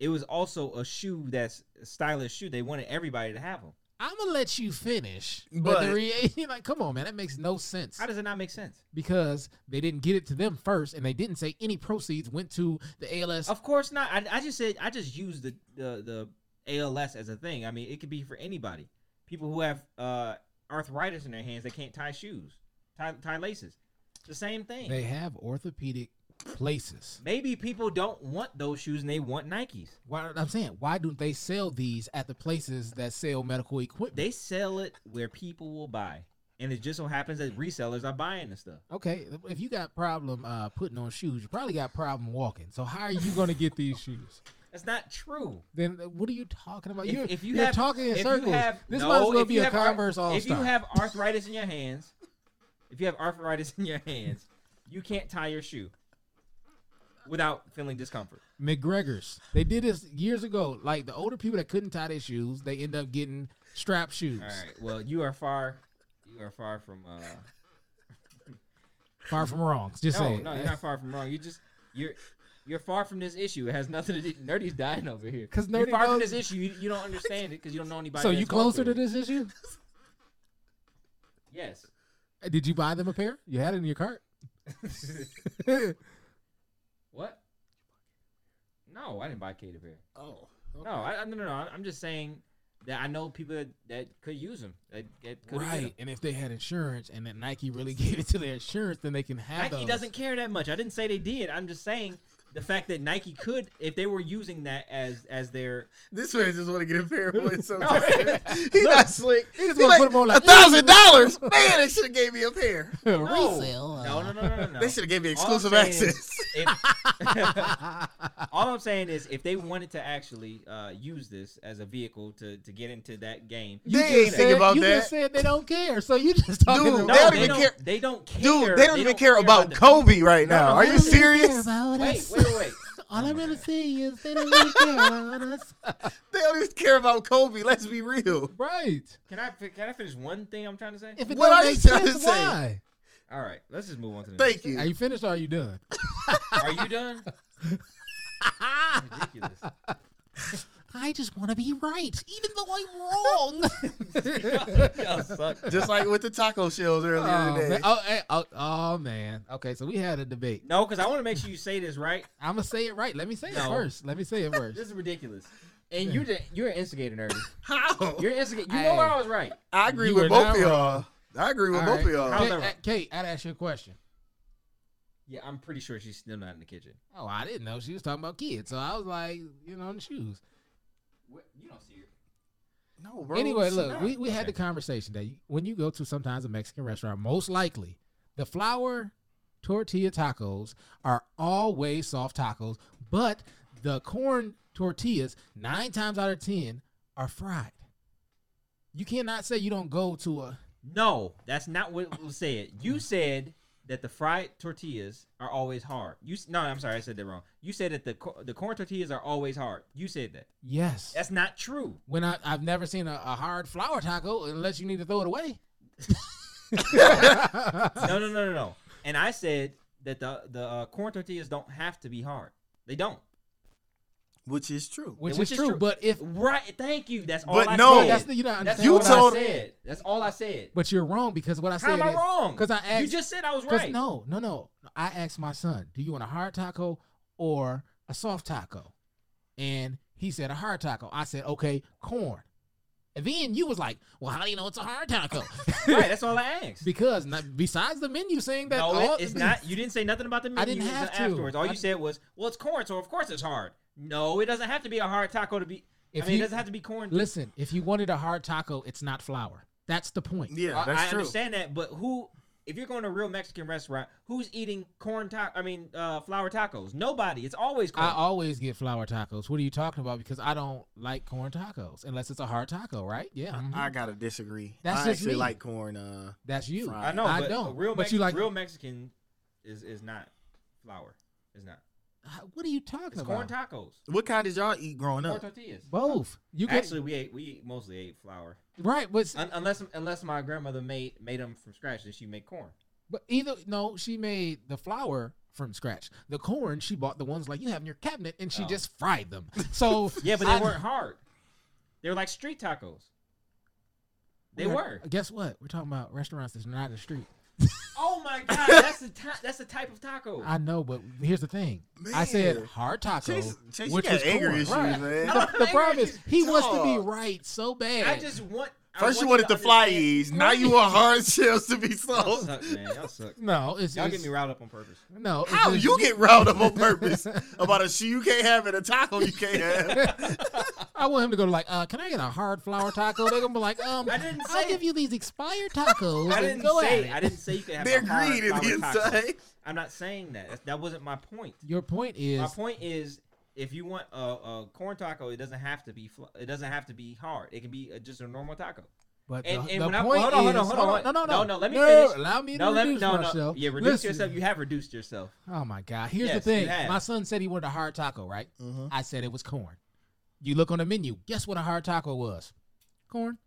[SPEAKER 3] it was also a shoe that's a stylish shoe. They wanted everybody to have them.
[SPEAKER 2] I'm gonna let you finish, but,
[SPEAKER 4] But-
[SPEAKER 2] the rea- like, come on, man, that makes no sense
[SPEAKER 3] How does it not make sense?
[SPEAKER 2] because they didn't get it to them first, and they didn't say any proceeds went to the ALS.
[SPEAKER 3] Of course not. I, I just said I just used the, the the ALS as a thing. I mean, it could be for anybody. People who have uh, arthritis in their hands, they can't tie shoes, tie, tie laces. It's the same thing.
[SPEAKER 2] They have orthopedic places.
[SPEAKER 3] Maybe people don't want those shoes and they want Nikes.
[SPEAKER 2] Why, I'm saying, why don't they sell these at the places that sell medical equipment?
[SPEAKER 3] They sell it where people will buy, and it just so happens that resellers are buying the stuff.
[SPEAKER 2] okay, if you got problem uh, putting on shoes, you probably got problem walking. So how are you gonna get these shoes?
[SPEAKER 3] That's not true.
[SPEAKER 2] Then what are you talking about?
[SPEAKER 3] If,
[SPEAKER 2] you're
[SPEAKER 3] if you
[SPEAKER 2] are
[SPEAKER 3] have,
[SPEAKER 2] talking in
[SPEAKER 3] if you
[SPEAKER 2] circles.
[SPEAKER 3] have-
[SPEAKER 2] this
[SPEAKER 3] no,
[SPEAKER 2] might as well
[SPEAKER 3] if
[SPEAKER 2] be
[SPEAKER 3] you
[SPEAKER 2] a
[SPEAKER 3] have ar-
[SPEAKER 2] Converse All
[SPEAKER 3] If you
[SPEAKER 2] Star.
[SPEAKER 3] have arthritis in your hands, if you have arthritis in your hands, you can't tie your shoe without feeling discomfort.
[SPEAKER 2] McGregor's. They did this years ago. Like the older people that couldn't tie their shoes, they end up getting strap shoes.
[SPEAKER 3] All right. Well, you are far. You are far from. Uh,
[SPEAKER 2] Far from wrong. Just
[SPEAKER 3] no,
[SPEAKER 2] saying.
[SPEAKER 3] no, you're not far from wrong. You just you're. You're far from this issue. It has nothing to do. Nerdy's dying over here.
[SPEAKER 2] 'Cause
[SPEAKER 3] you're
[SPEAKER 2] Nerdy
[SPEAKER 3] far from
[SPEAKER 2] knows-
[SPEAKER 3] this issue. You, you don't understand it because you don't know anybody.
[SPEAKER 2] so
[SPEAKER 3] that's
[SPEAKER 2] you
[SPEAKER 3] going
[SPEAKER 2] closer
[SPEAKER 3] through
[SPEAKER 2] to
[SPEAKER 3] it.
[SPEAKER 2] this issue?
[SPEAKER 3] Yes.
[SPEAKER 2] Uh, Did you buy them a pair? You had it in your cart.
[SPEAKER 3] What? No, I didn't buy Katy Perry.
[SPEAKER 4] Oh,
[SPEAKER 3] No, I, I- no, no, no. I- I'm just saying that I know people that, that could use them. That, that could
[SPEAKER 2] right. And if they had insurance, and that Nike really gave it to their insurance, then they can have.
[SPEAKER 3] Nike
[SPEAKER 2] those.
[SPEAKER 3] doesn't care that much. I didn't say they did. I'm just saying the fact that Nike could, if they were using that as as their
[SPEAKER 4] this man just want to get a pair of one. So
[SPEAKER 3] No.
[SPEAKER 4] he not slick. He
[SPEAKER 2] just wanna put 'em on like-
[SPEAKER 4] a thousand dollars. Man, they should have gave me a pair.
[SPEAKER 3] no,
[SPEAKER 2] resale.
[SPEAKER 3] no, no, no, no, no, no.
[SPEAKER 4] They should have gave me
[SPEAKER 3] All I'm
[SPEAKER 4] exclusive
[SPEAKER 3] saying is
[SPEAKER 4] access.
[SPEAKER 3] if- all I'm saying is, if they wanted to actually uh, use this as a vehicle to, to get into that game,
[SPEAKER 4] They ain't
[SPEAKER 2] just
[SPEAKER 4] thinking
[SPEAKER 2] said-
[SPEAKER 4] about
[SPEAKER 2] you
[SPEAKER 4] that.
[SPEAKER 2] just said they don't care. So you just talking.
[SPEAKER 4] Dude,
[SPEAKER 2] about-
[SPEAKER 4] they
[SPEAKER 3] no,
[SPEAKER 4] don't
[SPEAKER 3] they,
[SPEAKER 4] even
[SPEAKER 3] don't,
[SPEAKER 4] care-
[SPEAKER 3] they don't care.
[SPEAKER 4] Dude, they don't even care about
[SPEAKER 3] the-
[SPEAKER 4] Kobe right now.
[SPEAKER 2] no,
[SPEAKER 4] Are
[SPEAKER 2] they
[SPEAKER 4] you
[SPEAKER 2] don't really care
[SPEAKER 4] serious?
[SPEAKER 2] about
[SPEAKER 3] Wait,
[SPEAKER 2] us.
[SPEAKER 3] wait, wait.
[SPEAKER 2] All I really see is they don't really care about us.
[SPEAKER 4] They don't even care about Kobe. Let's be real.
[SPEAKER 2] Right.
[SPEAKER 3] Can I fi- can I finish one thing I'm trying to say?
[SPEAKER 2] If it
[SPEAKER 4] What
[SPEAKER 2] don't
[SPEAKER 4] are you
[SPEAKER 2] make
[SPEAKER 4] trying to
[SPEAKER 2] sense,
[SPEAKER 4] say?
[SPEAKER 2] why?
[SPEAKER 3] All right, let's just move on to the.
[SPEAKER 4] Thank
[SPEAKER 2] Are
[SPEAKER 4] you.
[SPEAKER 2] you finished or are you done?
[SPEAKER 3] next. Are you done? Ridiculous.
[SPEAKER 2] I just want to be right, even though I'm wrong.
[SPEAKER 3] Y'all suck.
[SPEAKER 4] Just like with the taco shells earlier
[SPEAKER 2] oh,
[SPEAKER 4] today.
[SPEAKER 2] man. Oh, hey, oh, oh, man. Okay, so we had a debate.
[SPEAKER 3] No, because I want to make sure you say this right.
[SPEAKER 2] I'm gonna say it right. Let me say it
[SPEAKER 3] No.
[SPEAKER 2] first. Let me say it first.
[SPEAKER 3] This is ridiculous. And you're the, you're an instigator, nerdy.
[SPEAKER 4] How?
[SPEAKER 3] You're instigating. You know where I was right.
[SPEAKER 4] I agree
[SPEAKER 2] You
[SPEAKER 4] with
[SPEAKER 2] were
[SPEAKER 4] both
[SPEAKER 2] not
[SPEAKER 4] of y'all. I agree with
[SPEAKER 2] All
[SPEAKER 4] both
[SPEAKER 2] right.
[SPEAKER 4] of y'all.
[SPEAKER 3] How-
[SPEAKER 2] Kate,
[SPEAKER 3] that
[SPEAKER 2] uh,
[SPEAKER 3] right?
[SPEAKER 2] Kate, I'd ask you a question.
[SPEAKER 3] Yeah, I'm pretty sure she's still not in the kitchen.
[SPEAKER 2] Oh, I didn't know she was talking about kids, so I was like, you know, in the shoes.
[SPEAKER 3] What? You don't see her.
[SPEAKER 4] No, bro.
[SPEAKER 2] anyway,
[SPEAKER 4] sit
[SPEAKER 2] look,
[SPEAKER 4] down.
[SPEAKER 2] we, we had
[SPEAKER 3] Okay.
[SPEAKER 2] the conversation that you- when you go to sometimes a Mexican restaurant, most likely the flour tortilla tacos are always soft tacos, but the corn tortillas, nine times out of 10, are fried. You cannot say you don't go to a.
[SPEAKER 3] No, that's not what was said. You said that the fried tortillas are always hard. You s- no, I'm sorry, I said that wrong. You said that the co- the corn tortillas are always hard. You said that.
[SPEAKER 2] Yes.
[SPEAKER 3] That's not true.
[SPEAKER 2] when I, I've never seen a, a hard flour taco unless you need to throw it away.
[SPEAKER 3] No, no, no, no, no. And I said that the the uh, corn tortillas don't have to be hard. They don't.
[SPEAKER 4] Which is true.
[SPEAKER 2] Which, is
[SPEAKER 3] Which is
[SPEAKER 2] true,
[SPEAKER 3] true.
[SPEAKER 2] but if
[SPEAKER 3] Right. Thank you. That's all.
[SPEAKER 4] But
[SPEAKER 3] I
[SPEAKER 4] no.
[SPEAKER 3] said.
[SPEAKER 2] That's the- you don't
[SPEAKER 3] That's
[SPEAKER 2] understand
[SPEAKER 3] all
[SPEAKER 4] what I
[SPEAKER 3] I
[SPEAKER 4] said.
[SPEAKER 3] said. That's all I said.
[SPEAKER 2] But you're wrong because what I said
[SPEAKER 3] How am I
[SPEAKER 2] is-
[SPEAKER 3] wrong?
[SPEAKER 2] 'cause I asked
[SPEAKER 3] you just said I was
[SPEAKER 2] Because
[SPEAKER 3] right.
[SPEAKER 2] no, no, no. I asked my son, "Do you want a hard taco or a soft taco?" And he said a hard taco. I said, "Okay, corn." And then you was like, "Well, how do you know it's a hard taco?"
[SPEAKER 3] Right. That's all I asked.
[SPEAKER 2] because not, besides the menu saying that,
[SPEAKER 3] no,
[SPEAKER 2] all
[SPEAKER 3] it, it's not. You didn't say nothing about the menu.
[SPEAKER 2] I didn't
[SPEAKER 3] until
[SPEAKER 2] have to.
[SPEAKER 3] Afterwards, all
[SPEAKER 2] I-
[SPEAKER 3] you said was, "Well, it's corn, so of course it's hard." No, it doesn't have to be a hard taco to be.
[SPEAKER 2] If
[SPEAKER 3] I mean,
[SPEAKER 2] you-
[SPEAKER 3] it doesn't have to be corn.
[SPEAKER 2] Listen, if you wanted a hard taco, it's not flour. That's the point.
[SPEAKER 4] Yeah,
[SPEAKER 3] I-
[SPEAKER 4] that's
[SPEAKER 3] I
[SPEAKER 4] true.
[SPEAKER 3] understand that, but who? If you're going to a real Mexican restaurant, who's eating corn taco? I mean, uh, flour tacos. Nobody. It's always corn.
[SPEAKER 2] I uh, always get flour tacos. What are you talking about? Because I don't like corn tacos unless it's a hard taco, right? Yeah,
[SPEAKER 3] Mm-hmm.
[SPEAKER 2] mhm.
[SPEAKER 4] I gotta disagree.
[SPEAKER 2] That's
[SPEAKER 4] I
[SPEAKER 2] just
[SPEAKER 4] actually
[SPEAKER 2] me.
[SPEAKER 4] like corn. Uh,
[SPEAKER 2] that's you.
[SPEAKER 4] Fried.
[SPEAKER 3] I know.
[SPEAKER 2] I
[SPEAKER 3] but
[SPEAKER 2] don't.
[SPEAKER 3] a Real,
[SPEAKER 2] But
[SPEAKER 3] Mex-
[SPEAKER 2] you like-
[SPEAKER 3] real Mexican is is not flour. It's not.
[SPEAKER 2] How- What are you talking
[SPEAKER 3] It's corn
[SPEAKER 2] about?
[SPEAKER 3] tacos.
[SPEAKER 4] What kind did y'all eat growing
[SPEAKER 3] Corn
[SPEAKER 4] up?
[SPEAKER 3] tortillas.
[SPEAKER 2] Both. You get
[SPEAKER 3] Actually, we ate we mostly ate flour,
[SPEAKER 2] right, but s-
[SPEAKER 3] Un- unless unless my grandmother made made them from scratch. Then she made corn.
[SPEAKER 2] but either no, she made the flour from scratch. The corn she bought the ones like you have in your cabinet, and she
[SPEAKER 3] Oh.
[SPEAKER 2] just fried them. So
[SPEAKER 3] Yeah, but
[SPEAKER 2] I-
[SPEAKER 3] they weren't hard. They were like street tacos. They were.
[SPEAKER 2] Guess what? We're talking about restaurants that's not in the street.
[SPEAKER 3] Oh my god, that's the ti- that's the type of taco.
[SPEAKER 2] I know, but here's the thing. I said
[SPEAKER 4] Man.
[SPEAKER 2] hard taco,
[SPEAKER 4] Chase- Chase, you
[SPEAKER 2] which
[SPEAKER 4] got
[SPEAKER 2] was
[SPEAKER 4] anger
[SPEAKER 2] corn,
[SPEAKER 4] issues,
[SPEAKER 2] right.
[SPEAKER 4] man.
[SPEAKER 2] The, the
[SPEAKER 3] I'm
[SPEAKER 2] problem
[SPEAKER 3] angry
[SPEAKER 2] is
[SPEAKER 3] at
[SPEAKER 2] he wants to be
[SPEAKER 4] Dog.
[SPEAKER 2] right so bad.
[SPEAKER 3] I just want. I
[SPEAKER 4] First you
[SPEAKER 3] want
[SPEAKER 4] wanted
[SPEAKER 3] you to
[SPEAKER 4] the fly
[SPEAKER 3] understand-
[SPEAKER 4] ease. Now you want hard shells to be
[SPEAKER 3] Y'all
[SPEAKER 4] soft.
[SPEAKER 3] suck, man. Y'all suck.
[SPEAKER 2] no, it's
[SPEAKER 3] Y'all
[SPEAKER 2] it's,
[SPEAKER 3] get me riled up on purpose.
[SPEAKER 2] No, it's
[SPEAKER 4] How
[SPEAKER 2] just-
[SPEAKER 4] you get riled up on purpose about a shoe you can't have and a taco you can't have?
[SPEAKER 2] I want him to go like, uh, can I get a hard flour taco? They're gonna be like, um,
[SPEAKER 3] I didn't
[SPEAKER 2] I'll
[SPEAKER 3] say
[SPEAKER 2] give
[SPEAKER 3] it.
[SPEAKER 2] you these expired tacos.
[SPEAKER 3] I
[SPEAKER 2] and
[SPEAKER 3] didn't
[SPEAKER 2] go at
[SPEAKER 3] say.
[SPEAKER 2] it.
[SPEAKER 3] I didn't say you could have.
[SPEAKER 4] They're
[SPEAKER 3] a hard
[SPEAKER 4] green in
[SPEAKER 3] flour
[SPEAKER 4] the
[SPEAKER 3] taco.
[SPEAKER 4] inside.
[SPEAKER 3] I'm not saying that. That's- That wasn't my point.
[SPEAKER 2] Your point is
[SPEAKER 3] My point is, if you want a, a corn taco, it doesn't have to be. Fl- it doesn't have to be hard. It can be uh just a normal taco.
[SPEAKER 2] But
[SPEAKER 3] And-
[SPEAKER 2] the,
[SPEAKER 3] and
[SPEAKER 2] the
[SPEAKER 3] when I-
[SPEAKER 2] point
[SPEAKER 3] hold on, hold
[SPEAKER 2] is,
[SPEAKER 3] on, hold on.
[SPEAKER 2] no, no, no,
[SPEAKER 3] No, no, let me finish.
[SPEAKER 2] Allow me to
[SPEAKER 3] No, let me.
[SPEAKER 2] reduce
[SPEAKER 3] No, no.
[SPEAKER 2] myself.
[SPEAKER 3] Yeah, reduce
[SPEAKER 2] Listen.
[SPEAKER 3] yourself. You have reduced yourself.
[SPEAKER 2] Oh my God! Here's
[SPEAKER 3] Yes,
[SPEAKER 2] the
[SPEAKER 3] you
[SPEAKER 2] thing.
[SPEAKER 3] have.
[SPEAKER 2] My son said he wanted a hard taco, right? I said it was corn. You look on the menu. Guess what a hard taco was? Corn.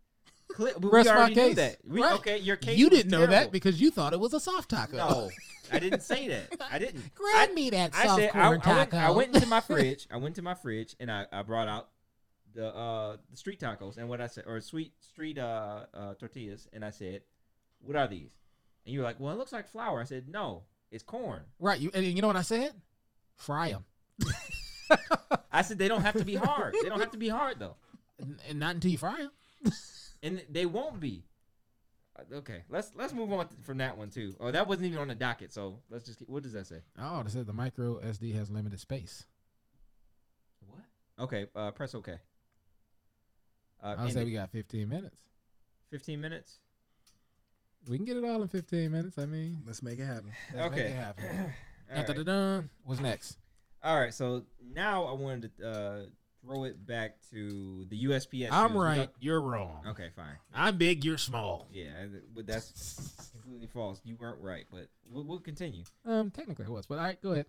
[SPEAKER 3] Cl- but
[SPEAKER 2] Rest
[SPEAKER 3] we
[SPEAKER 2] my
[SPEAKER 3] already
[SPEAKER 2] case.
[SPEAKER 3] knew that. We,
[SPEAKER 2] Right.
[SPEAKER 3] Okay, your case.
[SPEAKER 2] you
[SPEAKER 3] was
[SPEAKER 2] didn't know that
[SPEAKER 3] terrible.
[SPEAKER 2] because you thought it was a soft taco.
[SPEAKER 3] No, I didn't say that. I didn't.
[SPEAKER 2] Grab
[SPEAKER 3] I-
[SPEAKER 2] me that
[SPEAKER 3] I
[SPEAKER 2] soft
[SPEAKER 3] said I, I,
[SPEAKER 2] corn
[SPEAKER 3] went,
[SPEAKER 2] taco.
[SPEAKER 3] I went into my fridge. I went to my fridge and I, I brought out the uh the street tacos and what I said or sweet street uh, uh tortillas and I said, "What are these?" And you were like, "Well, it looks like flour." I said, "No, it's corn."
[SPEAKER 2] right. You, and you know what I said? Fry them.
[SPEAKER 3] I said, "They don't have to be hard. they don't have to be hard though,
[SPEAKER 2] And not until you fry them.
[SPEAKER 3] and they won't be." Uh, Okay, let's let's move on from that one too. Oh, that wasn't even on the docket, so let's just keep, what does that say?
[SPEAKER 2] Oh, they said the micro SD has limited space.
[SPEAKER 3] What? Okay, uh, press OK. Uh,
[SPEAKER 2] I
[SPEAKER 3] end
[SPEAKER 2] said
[SPEAKER 3] it.
[SPEAKER 2] we got 15 minutes.
[SPEAKER 3] fifteen minutes.
[SPEAKER 2] We can get it all in 15 minutes. I mean,
[SPEAKER 4] Let's make it happen.
[SPEAKER 2] let's make
[SPEAKER 3] Okay.
[SPEAKER 2] it happen.
[SPEAKER 3] All right.
[SPEAKER 2] Dun-dun-dun-dun. What's next?
[SPEAKER 3] All right, so now I wanted to uh, throw it back to the USPS.
[SPEAKER 2] I'm
[SPEAKER 3] shoes. We
[SPEAKER 2] right.
[SPEAKER 3] talked-
[SPEAKER 2] You're wrong.
[SPEAKER 3] okay, fine.
[SPEAKER 2] I'm big. You're small.
[SPEAKER 3] Yeah, I- but that's completely false. You weren't right, but we'll, we'll continue.
[SPEAKER 2] Um, technically I was, but all right, go ahead.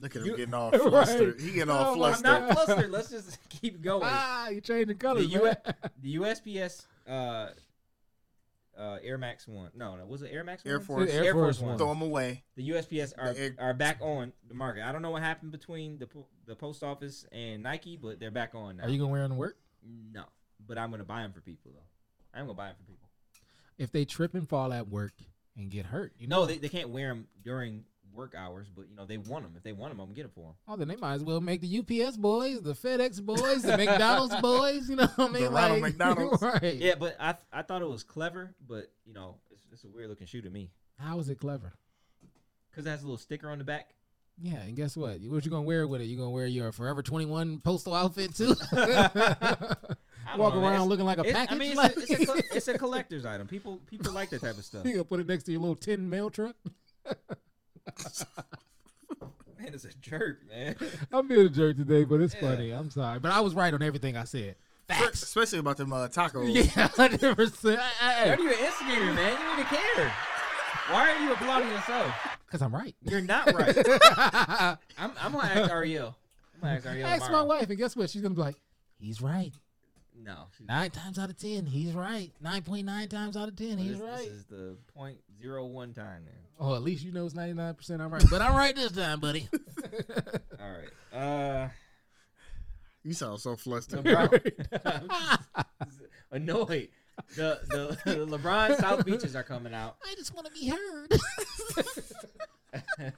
[SPEAKER 4] Look at him
[SPEAKER 3] You-
[SPEAKER 4] getting all
[SPEAKER 2] Right.
[SPEAKER 4] flustered. He getting all
[SPEAKER 2] Oh, my-
[SPEAKER 3] I'm
[SPEAKER 4] flustered.
[SPEAKER 3] not flustered. Let's just keep going.
[SPEAKER 2] Ah, you're changing colors,
[SPEAKER 3] The, U-
[SPEAKER 2] man.
[SPEAKER 3] the USPS uh, uh, Air Max One. No, no, was it Air Max One?
[SPEAKER 4] Air Force.
[SPEAKER 2] Air Force One.
[SPEAKER 4] Throw him away.
[SPEAKER 3] The USPS are,
[SPEAKER 4] Air-
[SPEAKER 3] are back on the market. I don't know what happened between the po- the post office and Nike, but they're back on now.
[SPEAKER 2] Are you gonna wear them to work?
[SPEAKER 3] no, but I'm gonna buy them for people though. I'm gonna buy them for people.
[SPEAKER 2] If they trip and fall at work and get hurt, you know,
[SPEAKER 3] No, they, they can't wear them during work hours, but you know they want them. If they want them, I'm gonna get them for them.
[SPEAKER 2] oh, then they might as well make the UPS boys, the FedEx boys, the McDonald's boys. You know what I mean? Like,
[SPEAKER 4] Ronald McDonald's.
[SPEAKER 2] right?
[SPEAKER 3] Yeah, but I th- I thought it was clever, but you know it's, it's a weird looking shoe to me
[SPEAKER 2] How is it clever?
[SPEAKER 3] because it has a little sticker on the back.
[SPEAKER 2] Yeah, and guess what? What you gonna wear with it? You gonna wear your Forever 21 postal outfit too?
[SPEAKER 3] I don't
[SPEAKER 2] Walk
[SPEAKER 3] know, man.
[SPEAKER 2] around
[SPEAKER 3] It's-
[SPEAKER 2] looking like a
[SPEAKER 3] it's-
[SPEAKER 2] package.
[SPEAKER 3] I mean,
[SPEAKER 2] like-
[SPEAKER 3] it's, a, it's, a, col- it's a collector's item. People people like that type of stuff.
[SPEAKER 2] you gonna put it next to your little tin mail truck?
[SPEAKER 3] Man, it's a jerk, man.
[SPEAKER 2] I'm being a jerk today, but it's
[SPEAKER 3] Yeah.
[SPEAKER 2] funny. I'm sorry, but I was right on everything I said. Facts.
[SPEAKER 4] Especially about them uh, tacos.
[SPEAKER 2] Yeah, hundred percent.
[SPEAKER 3] Why are you an instigator, man? You need to care. Why are you applauding yourself?
[SPEAKER 2] Cause I'm right.
[SPEAKER 3] You're not right. I'm, I'm gonna ask Ariel. I'm gonna ask Ariel.
[SPEAKER 2] Ask my
[SPEAKER 3] tomorrow.
[SPEAKER 2] wife, and guess what? She's gonna be like, "He's right.
[SPEAKER 3] No, she's
[SPEAKER 2] Nine times out of ten, he's right. Nine point nine times out of ten,
[SPEAKER 3] Well,
[SPEAKER 2] he's
[SPEAKER 3] this,
[SPEAKER 2] right."
[SPEAKER 3] This is the point zero one time there.
[SPEAKER 2] Oh, at least you know it's ninety nine percent. I'm right, but I'm right this time, buddy.
[SPEAKER 3] All right. Uh,
[SPEAKER 4] You sound so flustered.
[SPEAKER 3] LeBron. annoyed. The, the the LeBron South Beaches are coming out.
[SPEAKER 2] I just want to be heard.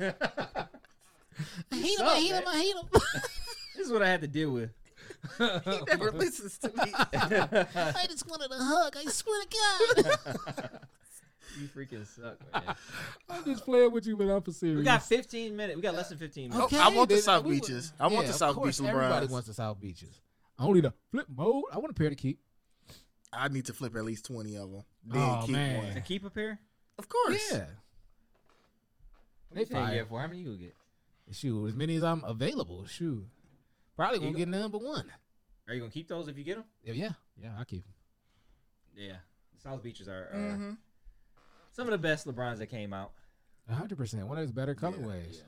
[SPEAKER 2] I hate him. I
[SPEAKER 4] Oh,
[SPEAKER 3] suck,
[SPEAKER 2] hate him.
[SPEAKER 3] man.
[SPEAKER 2] I hate him.
[SPEAKER 3] This is what I had to deal with.
[SPEAKER 4] he never listens to me.
[SPEAKER 2] I just wanted a hug. I swear to God.
[SPEAKER 3] You freaking suck, man.
[SPEAKER 2] I'm just playing with you, but I'm for serious.
[SPEAKER 3] We got 15 minutes. We got less than 15
[SPEAKER 2] Oh.
[SPEAKER 3] minutes.
[SPEAKER 4] Oh, I want the
[SPEAKER 2] then
[SPEAKER 4] South
[SPEAKER 2] we would-
[SPEAKER 4] Beaches. I want the
[SPEAKER 2] of
[SPEAKER 4] South
[SPEAKER 2] course,
[SPEAKER 4] Beach
[SPEAKER 2] Everybody
[SPEAKER 4] LeBrons.
[SPEAKER 2] wants the South Beaches. Only the flip mode. I want a pair to keep.
[SPEAKER 4] I need to flip at least twenty of them. Then
[SPEAKER 2] Oh,
[SPEAKER 4] keep
[SPEAKER 2] man.
[SPEAKER 3] To
[SPEAKER 4] one.
[SPEAKER 3] keep up here?
[SPEAKER 4] Of course.
[SPEAKER 2] Yeah.
[SPEAKER 3] What you
[SPEAKER 2] They
[SPEAKER 3] think you
[SPEAKER 2] fire.
[SPEAKER 3] get for? How many you gonna get?
[SPEAKER 2] Shoot, as many as I'm available. Shoot, probably won't
[SPEAKER 3] You-
[SPEAKER 2] get none but one.
[SPEAKER 3] Are you gonna keep those if you get them?
[SPEAKER 2] Yeah, yeah, yeah. I keep. 'em.
[SPEAKER 3] uh, Mm-hmm.
[SPEAKER 4] Mm-hmm.
[SPEAKER 3] Yeah. The South Beaches are, are some of the best LeBrons that came out.
[SPEAKER 2] hundred percent. One of his better colorways.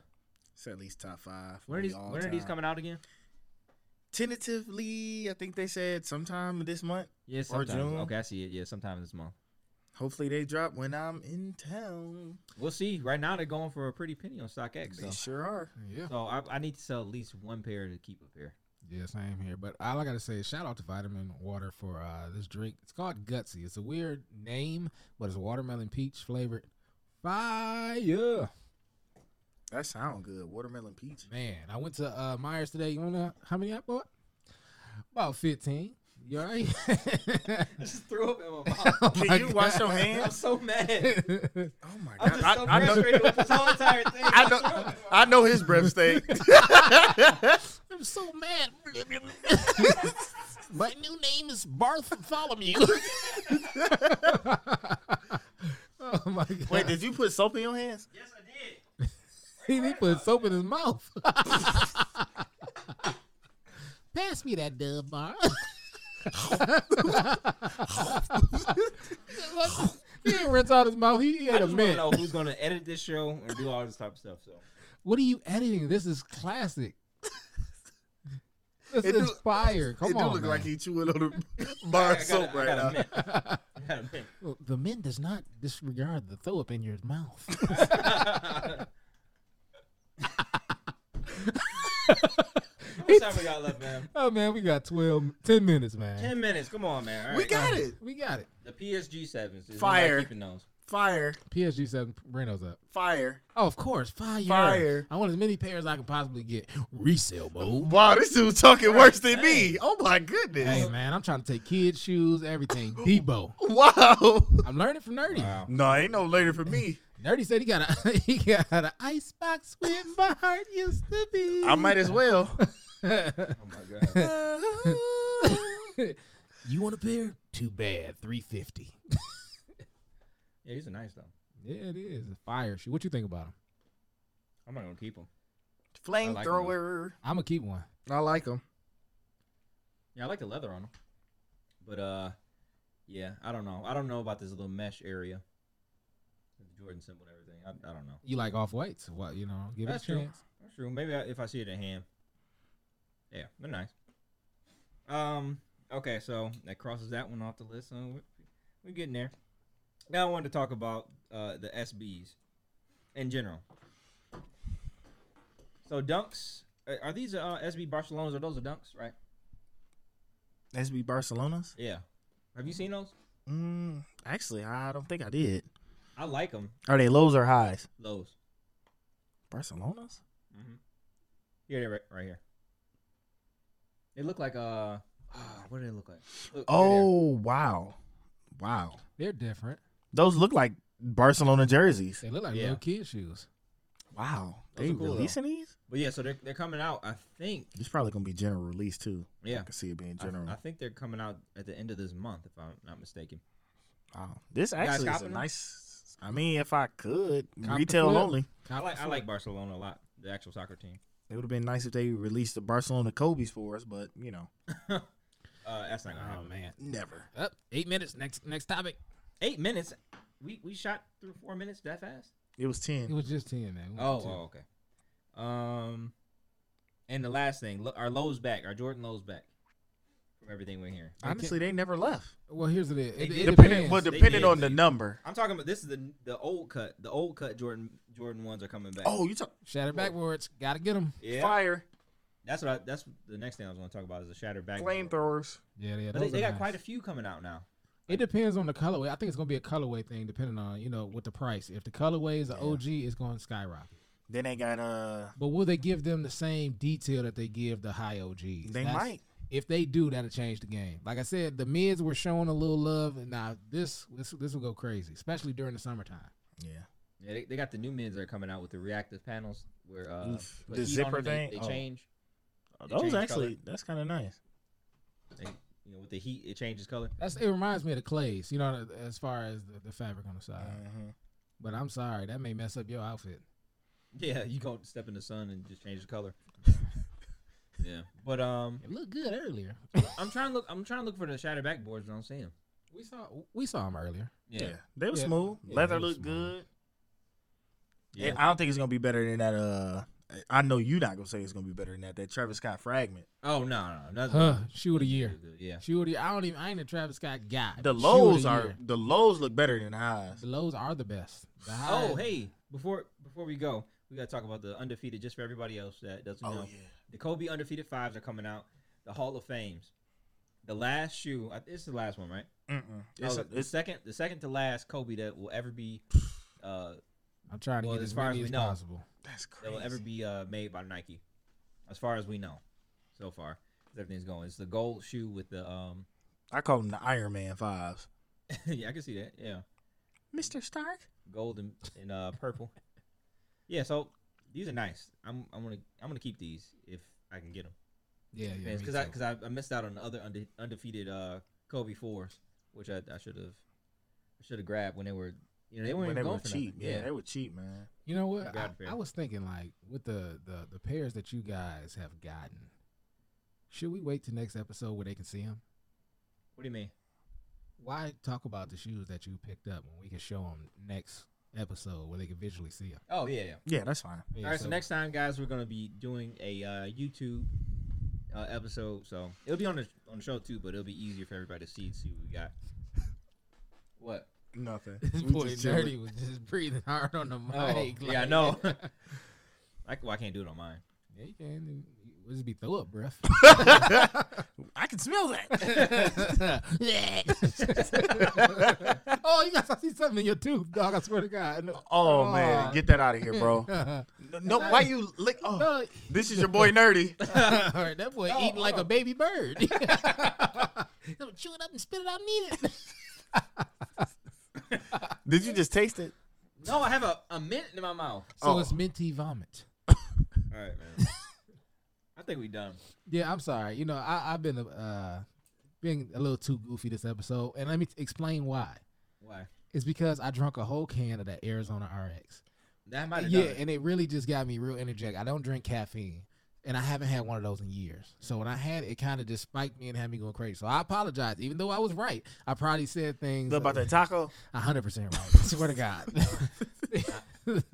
[SPEAKER 4] It's at least top five.
[SPEAKER 3] When are
[SPEAKER 4] maybe
[SPEAKER 3] these
[SPEAKER 4] all
[SPEAKER 3] when are these
[SPEAKER 4] time.
[SPEAKER 3] coming out again?
[SPEAKER 4] Tentatively, I think they said sometime this month.
[SPEAKER 3] Yeah,
[SPEAKER 4] Or
[SPEAKER 3] sometime.
[SPEAKER 4] June.
[SPEAKER 3] Okay, I see it. Yeah, sometime this month.
[SPEAKER 4] Hopefully they drop when I'm in town.
[SPEAKER 3] We'll see. Right now they're going for a pretty penny on StockX.
[SPEAKER 4] They
[SPEAKER 3] So,
[SPEAKER 4] sure are.
[SPEAKER 2] Yeah,
[SPEAKER 3] so I, I need to sell at least one pair to keep a pair.
[SPEAKER 2] yeah, same here. But all I gotta say is shout out to Vitamin Water for uh, this drink. It's called Gutsy. It's a weird name, but it's watermelon peach flavored. Fire,
[SPEAKER 4] That sound good. Watermelon peach.
[SPEAKER 2] man! I went to uh, Myers today. You wanna how many I bought? About fifteen. You all right?
[SPEAKER 3] I just threw up in my mouth.
[SPEAKER 2] Oh my
[SPEAKER 4] Can you wash your
[SPEAKER 2] God.
[SPEAKER 3] I'm
[SPEAKER 4] hands?
[SPEAKER 3] so mad.
[SPEAKER 4] Oh my
[SPEAKER 3] I'm
[SPEAKER 4] god!
[SPEAKER 3] just
[SPEAKER 4] I,
[SPEAKER 3] so
[SPEAKER 4] I know,
[SPEAKER 3] frustrated with this whole entire thing.
[SPEAKER 4] I know, I know his breath stink.
[SPEAKER 2] I'm so mad. My new name is Bartholomew. oh my god!
[SPEAKER 4] Wait, did you put soap in your hands?
[SPEAKER 3] Yes, I did.
[SPEAKER 2] he, he put soap in his mouth. Pass me that dub bar. he didn't rinse out his mouth. He, he
[SPEAKER 3] I
[SPEAKER 2] ate a
[SPEAKER 3] just want to
[SPEAKER 2] mint.
[SPEAKER 3] know who's going to edit this show and do all this type of stuff. So
[SPEAKER 2] What are you editing? This is classic. This
[SPEAKER 4] It
[SPEAKER 2] is
[SPEAKER 4] do-
[SPEAKER 2] fire. Come
[SPEAKER 4] it
[SPEAKER 2] on,
[SPEAKER 4] do look
[SPEAKER 2] man.
[SPEAKER 4] like he chewing on the bar of soap right now.
[SPEAKER 2] Well, the men does not disregard the throw up in your mouth.
[SPEAKER 3] What time we got left, man?
[SPEAKER 2] oh man, we got 12, 10 minutes, man.
[SPEAKER 3] Ten minutes. Come on, man. All right.
[SPEAKER 4] We got it.
[SPEAKER 2] We got it.
[SPEAKER 3] the PSG sevens. Is
[SPEAKER 4] Fire.
[SPEAKER 3] anybody Keeping those.
[SPEAKER 4] Fire,
[SPEAKER 2] PSG seven Reno's up.
[SPEAKER 4] fire.
[SPEAKER 2] Oh, of course, fire.
[SPEAKER 4] Fire.
[SPEAKER 2] I want as many pairs I can possibly get. Resale mode.
[SPEAKER 4] Wow, this dude talking worse than me. Oh my goodness.
[SPEAKER 2] Hey man, I'm trying to take kids' shoes, everything. Debo.
[SPEAKER 4] Wow.
[SPEAKER 2] I'm learning from Nerdy.
[SPEAKER 3] Wow.
[SPEAKER 4] No, ain't no later for me.
[SPEAKER 2] Nerdy said he got a he got an ice box where my heart used to be.
[SPEAKER 4] I might as well.
[SPEAKER 3] Oh my god.
[SPEAKER 2] you want a pair? Too bad. Three fifty.
[SPEAKER 3] Yeah, these are nice though.
[SPEAKER 2] Yeah, it is. Fire shoe. What you think about him?
[SPEAKER 3] I'm not gonna keep them.
[SPEAKER 4] Flamethrower.
[SPEAKER 2] I'm gonna keep one.
[SPEAKER 4] I like them.
[SPEAKER 3] Yeah, I like the leather on them, but uh, yeah, I don't know. I don't know about this little mesh area. The Jordan symbol and everything. I, I don't know.
[SPEAKER 2] You like off whites? What you know? Give
[SPEAKER 3] That's
[SPEAKER 2] it a
[SPEAKER 3] true.
[SPEAKER 2] chance.
[SPEAKER 3] That's true. Maybe I, if I see it in hand. Yeah, they're nice. Um. Okay, so that crosses that one off the list. So we're, we're getting there. Now I wanted to talk about uh, the SBs in general. So dunks are- are these uh, SB Barcelonas? Are those the dunks, right?
[SPEAKER 4] SB Barcelona's?
[SPEAKER 3] Yeah. Have you seen those?
[SPEAKER 4] Mm, actually, I don't think I did.
[SPEAKER 3] I like them.
[SPEAKER 4] Are they lows or highs?
[SPEAKER 3] Those.
[SPEAKER 4] Barcelona's?
[SPEAKER 3] Mm-hmm. Here they right, right here. They look like uh, ah, what do they look like? Look, right there.
[SPEAKER 4] Oh, wow. Wow.
[SPEAKER 2] They're different.
[SPEAKER 4] Those look like Barcelona jerseys.
[SPEAKER 2] They look like
[SPEAKER 3] Yeah.
[SPEAKER 2] little kid shoes.
[SPEAKER 4] Wow.
[SPEAKER 3] Those
[SPEAKER 4] they
[SPEAKER 3] are cool, though.
[SPEAKER 4] releasing these?
[SPEAKER 3] But yeah, so they're they're coming out. I think.
[SPEAKER 4] It's probably going to be general release, too.
[SPEAKER 3] Yeah.
[SPEAKER 4] I can see it being
[SPEAKER 3] I-
[SPEAKER 4] general.
[SPEAKER 3] I, think they're coming out at the end of this month, if I'm not mistaken.
[SPEAKER 4] wow. This
[SPEAKER 3] guys
[SPEAKER 4] actually is a
[SPEAKER 3] copping 'em?
[SPEAKER 4] nice. I mean, if I could,
[SPEAKER 2] Cop the
[SPEAKER 4] retail
[SPEAKER 2] flip.
[SPEAKER 4] only.
[SPEAKER 3] I
[SPEAKER 2] Cop
[SPEAKER 3] like I
[SPEAKER 2] the
[SPEAKER 3] like Barcelona a lot. The actual soccer team.
[SPEAKER 4] It would have been nice if they released the Barcelona Kobe's for us, but, you know,
[SPEAKER 3] Uh, that's
[SPEAKER 2] flip.
[SPEAKER 3] not gonna
[SPEAKER 2] Oh
[SPEAKER 3] happen.
[SPEAKER 2] man.
[SPEAKER 4] never.
[SPEAKER 2] Up eight minutes. Next next topic.
[SPEAKER 3] Eight minutes. We we shot through four minutes that fast.
[SPEAKER 4] It was
[SPEAKER 2] It
[SPEAKER 4] 10.
[SPEAKER 2] was just ten, man. It was
[SPEAKER 3] Oh,
[SPEAKER 2] just 10.
[SPEAKER 3] oh, okay. Um, and the last thing, look, our lows back, our Jordan lows back from everything we're hearing.
[SPEAKER 4] Honestly, they never left.
[SPEAKER 2] Well, here's the deal. It,
[SPEAKER 3] They
[SPEAKER 2] it
[SPEAKER 3] did.
[SPEAKER 2] depends.
[SPEAKER 4] Depending, well,
[SPEAKER 3] They
[SPEAKER 4] depending
[SPEAKER 3] did.
[SPEAKER 4] on the number.
[SPEAKER 3] I'm talking about this is the the old cut. The old cut Jordan Jordan ones are coming back.
[SPEAKER 4] Oh, you talk
[SPEAKER 2] Shatter backwards. Gotta get them.
[SPEAKER 3] yeah.
[SPEAKER 4] fire,
[SPEAKER 3] That's what I, that's the next thing I was going to talk about is the shattered back.
[SPEAKER 4] flamethrowers.
[SPEAKER 2] Yeah, yeah.
[SPEAKER 3] But they,
[SPEAKER 2] those
[SPEAKER 3] they
[SPEAKER 2] are
[SPEAKER 3] got
[SPEAKER 2] nice.
[SPEAKER 3] quite a few coming out now.
[SPEAKER 2] It depends on the colorway. I think it's gonna be a colorway thing, depending on you know what the price. If the colorway is an OG, it's going to skyrocket.
[SPEAKER 4] Then they got uh,
[SPEAKER 2] But will they give them the same detail that they give the high OGs?
[SPEAKER 4] They might.
[SPEAKER 2] If they do, that'll change the game. Like I said, the mids were showing a little love, and now this this this will go crazy, especially during the summertime.
[SPEAKER 4] yeah,
[SPEAKER 3] Yeah, they, they got the new mids that are coming out with the reactive panels where uh,
[SPEAKER 4] Oof.
[SPEAKER 3] put
[SPEAKER 4] The
[SPEAKER 3] heat
[SPEAKER 4] zipper
[SPEAKER 3] on them, They,
[SPEAKER 4] thing?
[SPEAKER 3] they
[SPEAKER 4] Oh.
[SPEAKER 3] change. They
[SPEAKER 4] those
[SPEAKER 3] changed
[SPEAKER 4] actually that's kind of nice.
[SPEAKER 3] They, you know, with the heat, it changes color.
[SPEAKER 2] That's it reminds me of the clays, you know, as far as the, the fabric on the side.
[SPEAKER 4] Mhm.
[SPEAKER 2] But I'm sorry, that may mess up your outfit.
[SPEAKER 3] Yeah, you go step in the sun and just change the color. yeah, but um,
[SPEAKER 2] It looked good earlier.
[SPEAKER 3] I'm trying to look. I'm trying to look for the shattered back boards, but I don't see them.
[SPEAKER 2] we saw we saw him earlier.
[SPEAKER 3] Yeah,
[SPEAKER 4] they were
[SPEAKER 2] Yeah.
[SPEAKER 4] smooth.
[SPEAKER 2] Yeah,
[SPEAKER 4] Leather
[SPEAKER 2] they were
[SPEAKER 4] looked
[SPEAKER 2] smooth.
[SPEAKER 4] good.
[SPEAKER 3] Yeah.
[SPEAKER 4] I don't think it's gonna be better than that. Uh, I know you're not gonna say it's gonna be better than that. That Travis Scott fragment.
[SPEAKER 3] Oh no, no, no. nothing.
[SPEAKER 2] Huh, shoe of the year.
[SPEAKER 3] Yeah.
[SPEAKER 2] Shoe of the I don't even I ain't a Travis Scott guy.
[SPEAKER 4] The
[SPEAKER 2] Shoe of
[SPEAKER 4] lows are
[SPEAKER 2] year.
[SPEAKER 4] the lows look better than the highs.
[SPEAKER 2] the lows are the best. The
[SPEAKER 3] Oh,
[SPEAKER 2] highs-
[SPEAKER 3] hey, before before we go, we gotta talk about the undefeated just for everybody else that doesn't
[SPEAKER 4] Oh
[SPEAKER 3] know.
[SPEAKER 4] yeah.
[SPEAKER 3] The Kobe undefeated fives are coming out. The Hall of Fames. The last shoe, I- it's the last one, right?
[SPEAKER 4] Mm-mm.
[SPEAKER 3] No,
[SPEAKER 4] It's,
[SPEAKER 3] the-
[SPEAKER 4] a,
[SPEAKER 3] the
[SPEAKER 4] it's
[SPEAKER 3] second, the second to last Kobe that will ever be, uh,
[SPEAKER 2] I'm trying to
[SPEAKER 3] Well,
[SPEAKER 2] get
[SPEAKER 3] as
[SPEAKER 2] as
[SPEAKER 3] far as
[SPEAKER 2] many
[SPEAKER 3] we
[SPEAKER 2] as
[SPEAKER 3] know.
[SPEAKER 2] possible.
[SPEAKER 4] that's crazy.
[SPEAKER 3] that will ever be uh made by Nike, as far as we know, so far. 'cause Everything's going. It's the gold shoe with the um.
[SPEAKER 4] I call them the Iron Man fives.
[SPEAKER 3] yeah, I can see that. Yeah,
[SPEAKER 4] Mister Stark.
[SPEAKER 3] gold and, and uh purple. Yeah, so these are nice. I'm I'm gonna I'm gonna keep these if I can get them.
[SPEAKER 2] Yeah, yeah. me
[SPEAKER 3] because I
[SPEAKER 2] too.
[SPEAKER 3] because I, I missed out on the other unde- undefeated uh, Kobe fours, which I I should have should have grabbed when they were you know they weren't
[SPEAKER 4] When they
[SPEAKER 3] even
[SPEAKER 4] were
[SPEAKER 3] going for
[SPEAKER 4] cheap,
[SPEAKER 3] nothing.
[SPEAKER 4] yeah, they were cheap, man.
[SPEAKER 2] You know what? I,
[SPEAKER 3] Got
[SPEAKER 2] I
[SPEAKER 3] it, Barry.
[SPEAKER 2] was thinking like with the, the the pairs that you guys have gotten, should we wait till next episode where they can see them?
[SPEAKER 3] What do you mean?
[SPEAKER 2] Why talk about the shoes that you picked up when we can show them next episode where they can visually see them?
[SPEAKER 3] Oh yeah, yeah.
[SPEAKER 4] Yeah, that's fine.
[SPEAKER 3] All right, so, next time, guys, we're gonna be doing a uh, YouTube uh, episode, so it'll be on the on the show too, but it'll be easier for everybody to see see what we got. What?
[SPEAKER 4] Nothing.
[SPEAKER 2] this
[SPEAKER 4] We
[SPEAKER 2] boy
[SPEAKER 4] just chilling. Oh,
[SPEAKER 2] Dirty was just breathing hard on the mic.
[SPEAKER 3] Oh, yeah, I
[SPEAKER 2] like-
[SPEAKER 3] know. I, well, I can't do it on mine.
[SPEAKER 2] yeah, you can. It'll just be throw up breath.
[SPEAKER 4] I can smell that.
[SPEAKER 2] oh, you guys, I see something in your tooth, dog. I swear to God. No.
[SPEAKER 4] Oh
[SPEAKER 2] Oh.
[SPEAKER 4] man, get that out of here, bro. No, why you lick? Oh,
[SPEAKER 2] No,
[SPEAKER 4] this is your boy Nerdy.
[SPEAKER 2] Or that boy
[SPEAKER 3] No,
[SPEAKER 2] eating like
[SPEAKER 3] hold
[SPEAKER 2] a
[SPEAKER 3] on.
[SPEAKER 2] baby bird. No, chew it up and spit it out and eat it.
[SPEAKER 4] Did you just taste it?
[SPEAKER 3] No, I have a, a mint in my mouth.
[SPEAKER 2] So
[SPEAKER 4] Oh.
[SPEAKER 2] it's minty vomit.
[SPEAKER 3] All right, man. I think we done.
[SPEAKER 2] Yeah, I'm sorry. You know, I, I've been uh being a little too goofy this episode, and let me t- explain why.
[SPEAKER 3] Why?
[SPEAKER 2] It's because I drunk a whole can of that Arizona RX.
[SPEAKER 3] That might have
[SPEAKER 2] yeah,
[SPEAKER 3] done it.
[SPEAKER 2] and it really just got me real energetic. I don't drink caffeine, and I haven't had one of those in years. So when I had it, it kind of just spiked me and had me going crazy. So I apologize, even though I was right. I probably said things
[SPEAKER 4] About that taco?
[SPEAKER 2] A hundred percent right. I swear to God.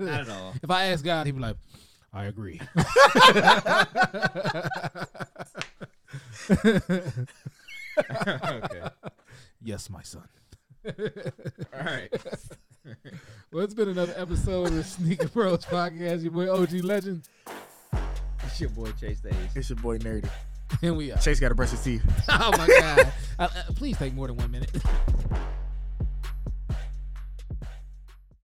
[SPEAKER 3] Not at all.
[SPEAKER 2] If I ask God, he'd be like, I agree.
[SPEAKER 3] okay.
[SPEAKER 2] yes, my son.
[SPEAKER 3] All right.
[SPEAKER 2] Well, it's been another episode of the Sneaker Bros Podcast. Your boy OG Legend,
[SPEAKER 3] It's your boy Chase the Ace.
[SPEAKER 4] It's your boy Nerdy.
[SPEAKER 2] and we are.
[SPEAKER 4] Chase got to brush his teeth.
[SPEAKER 2] Oh my God! Uh, uh, please take more than one minute.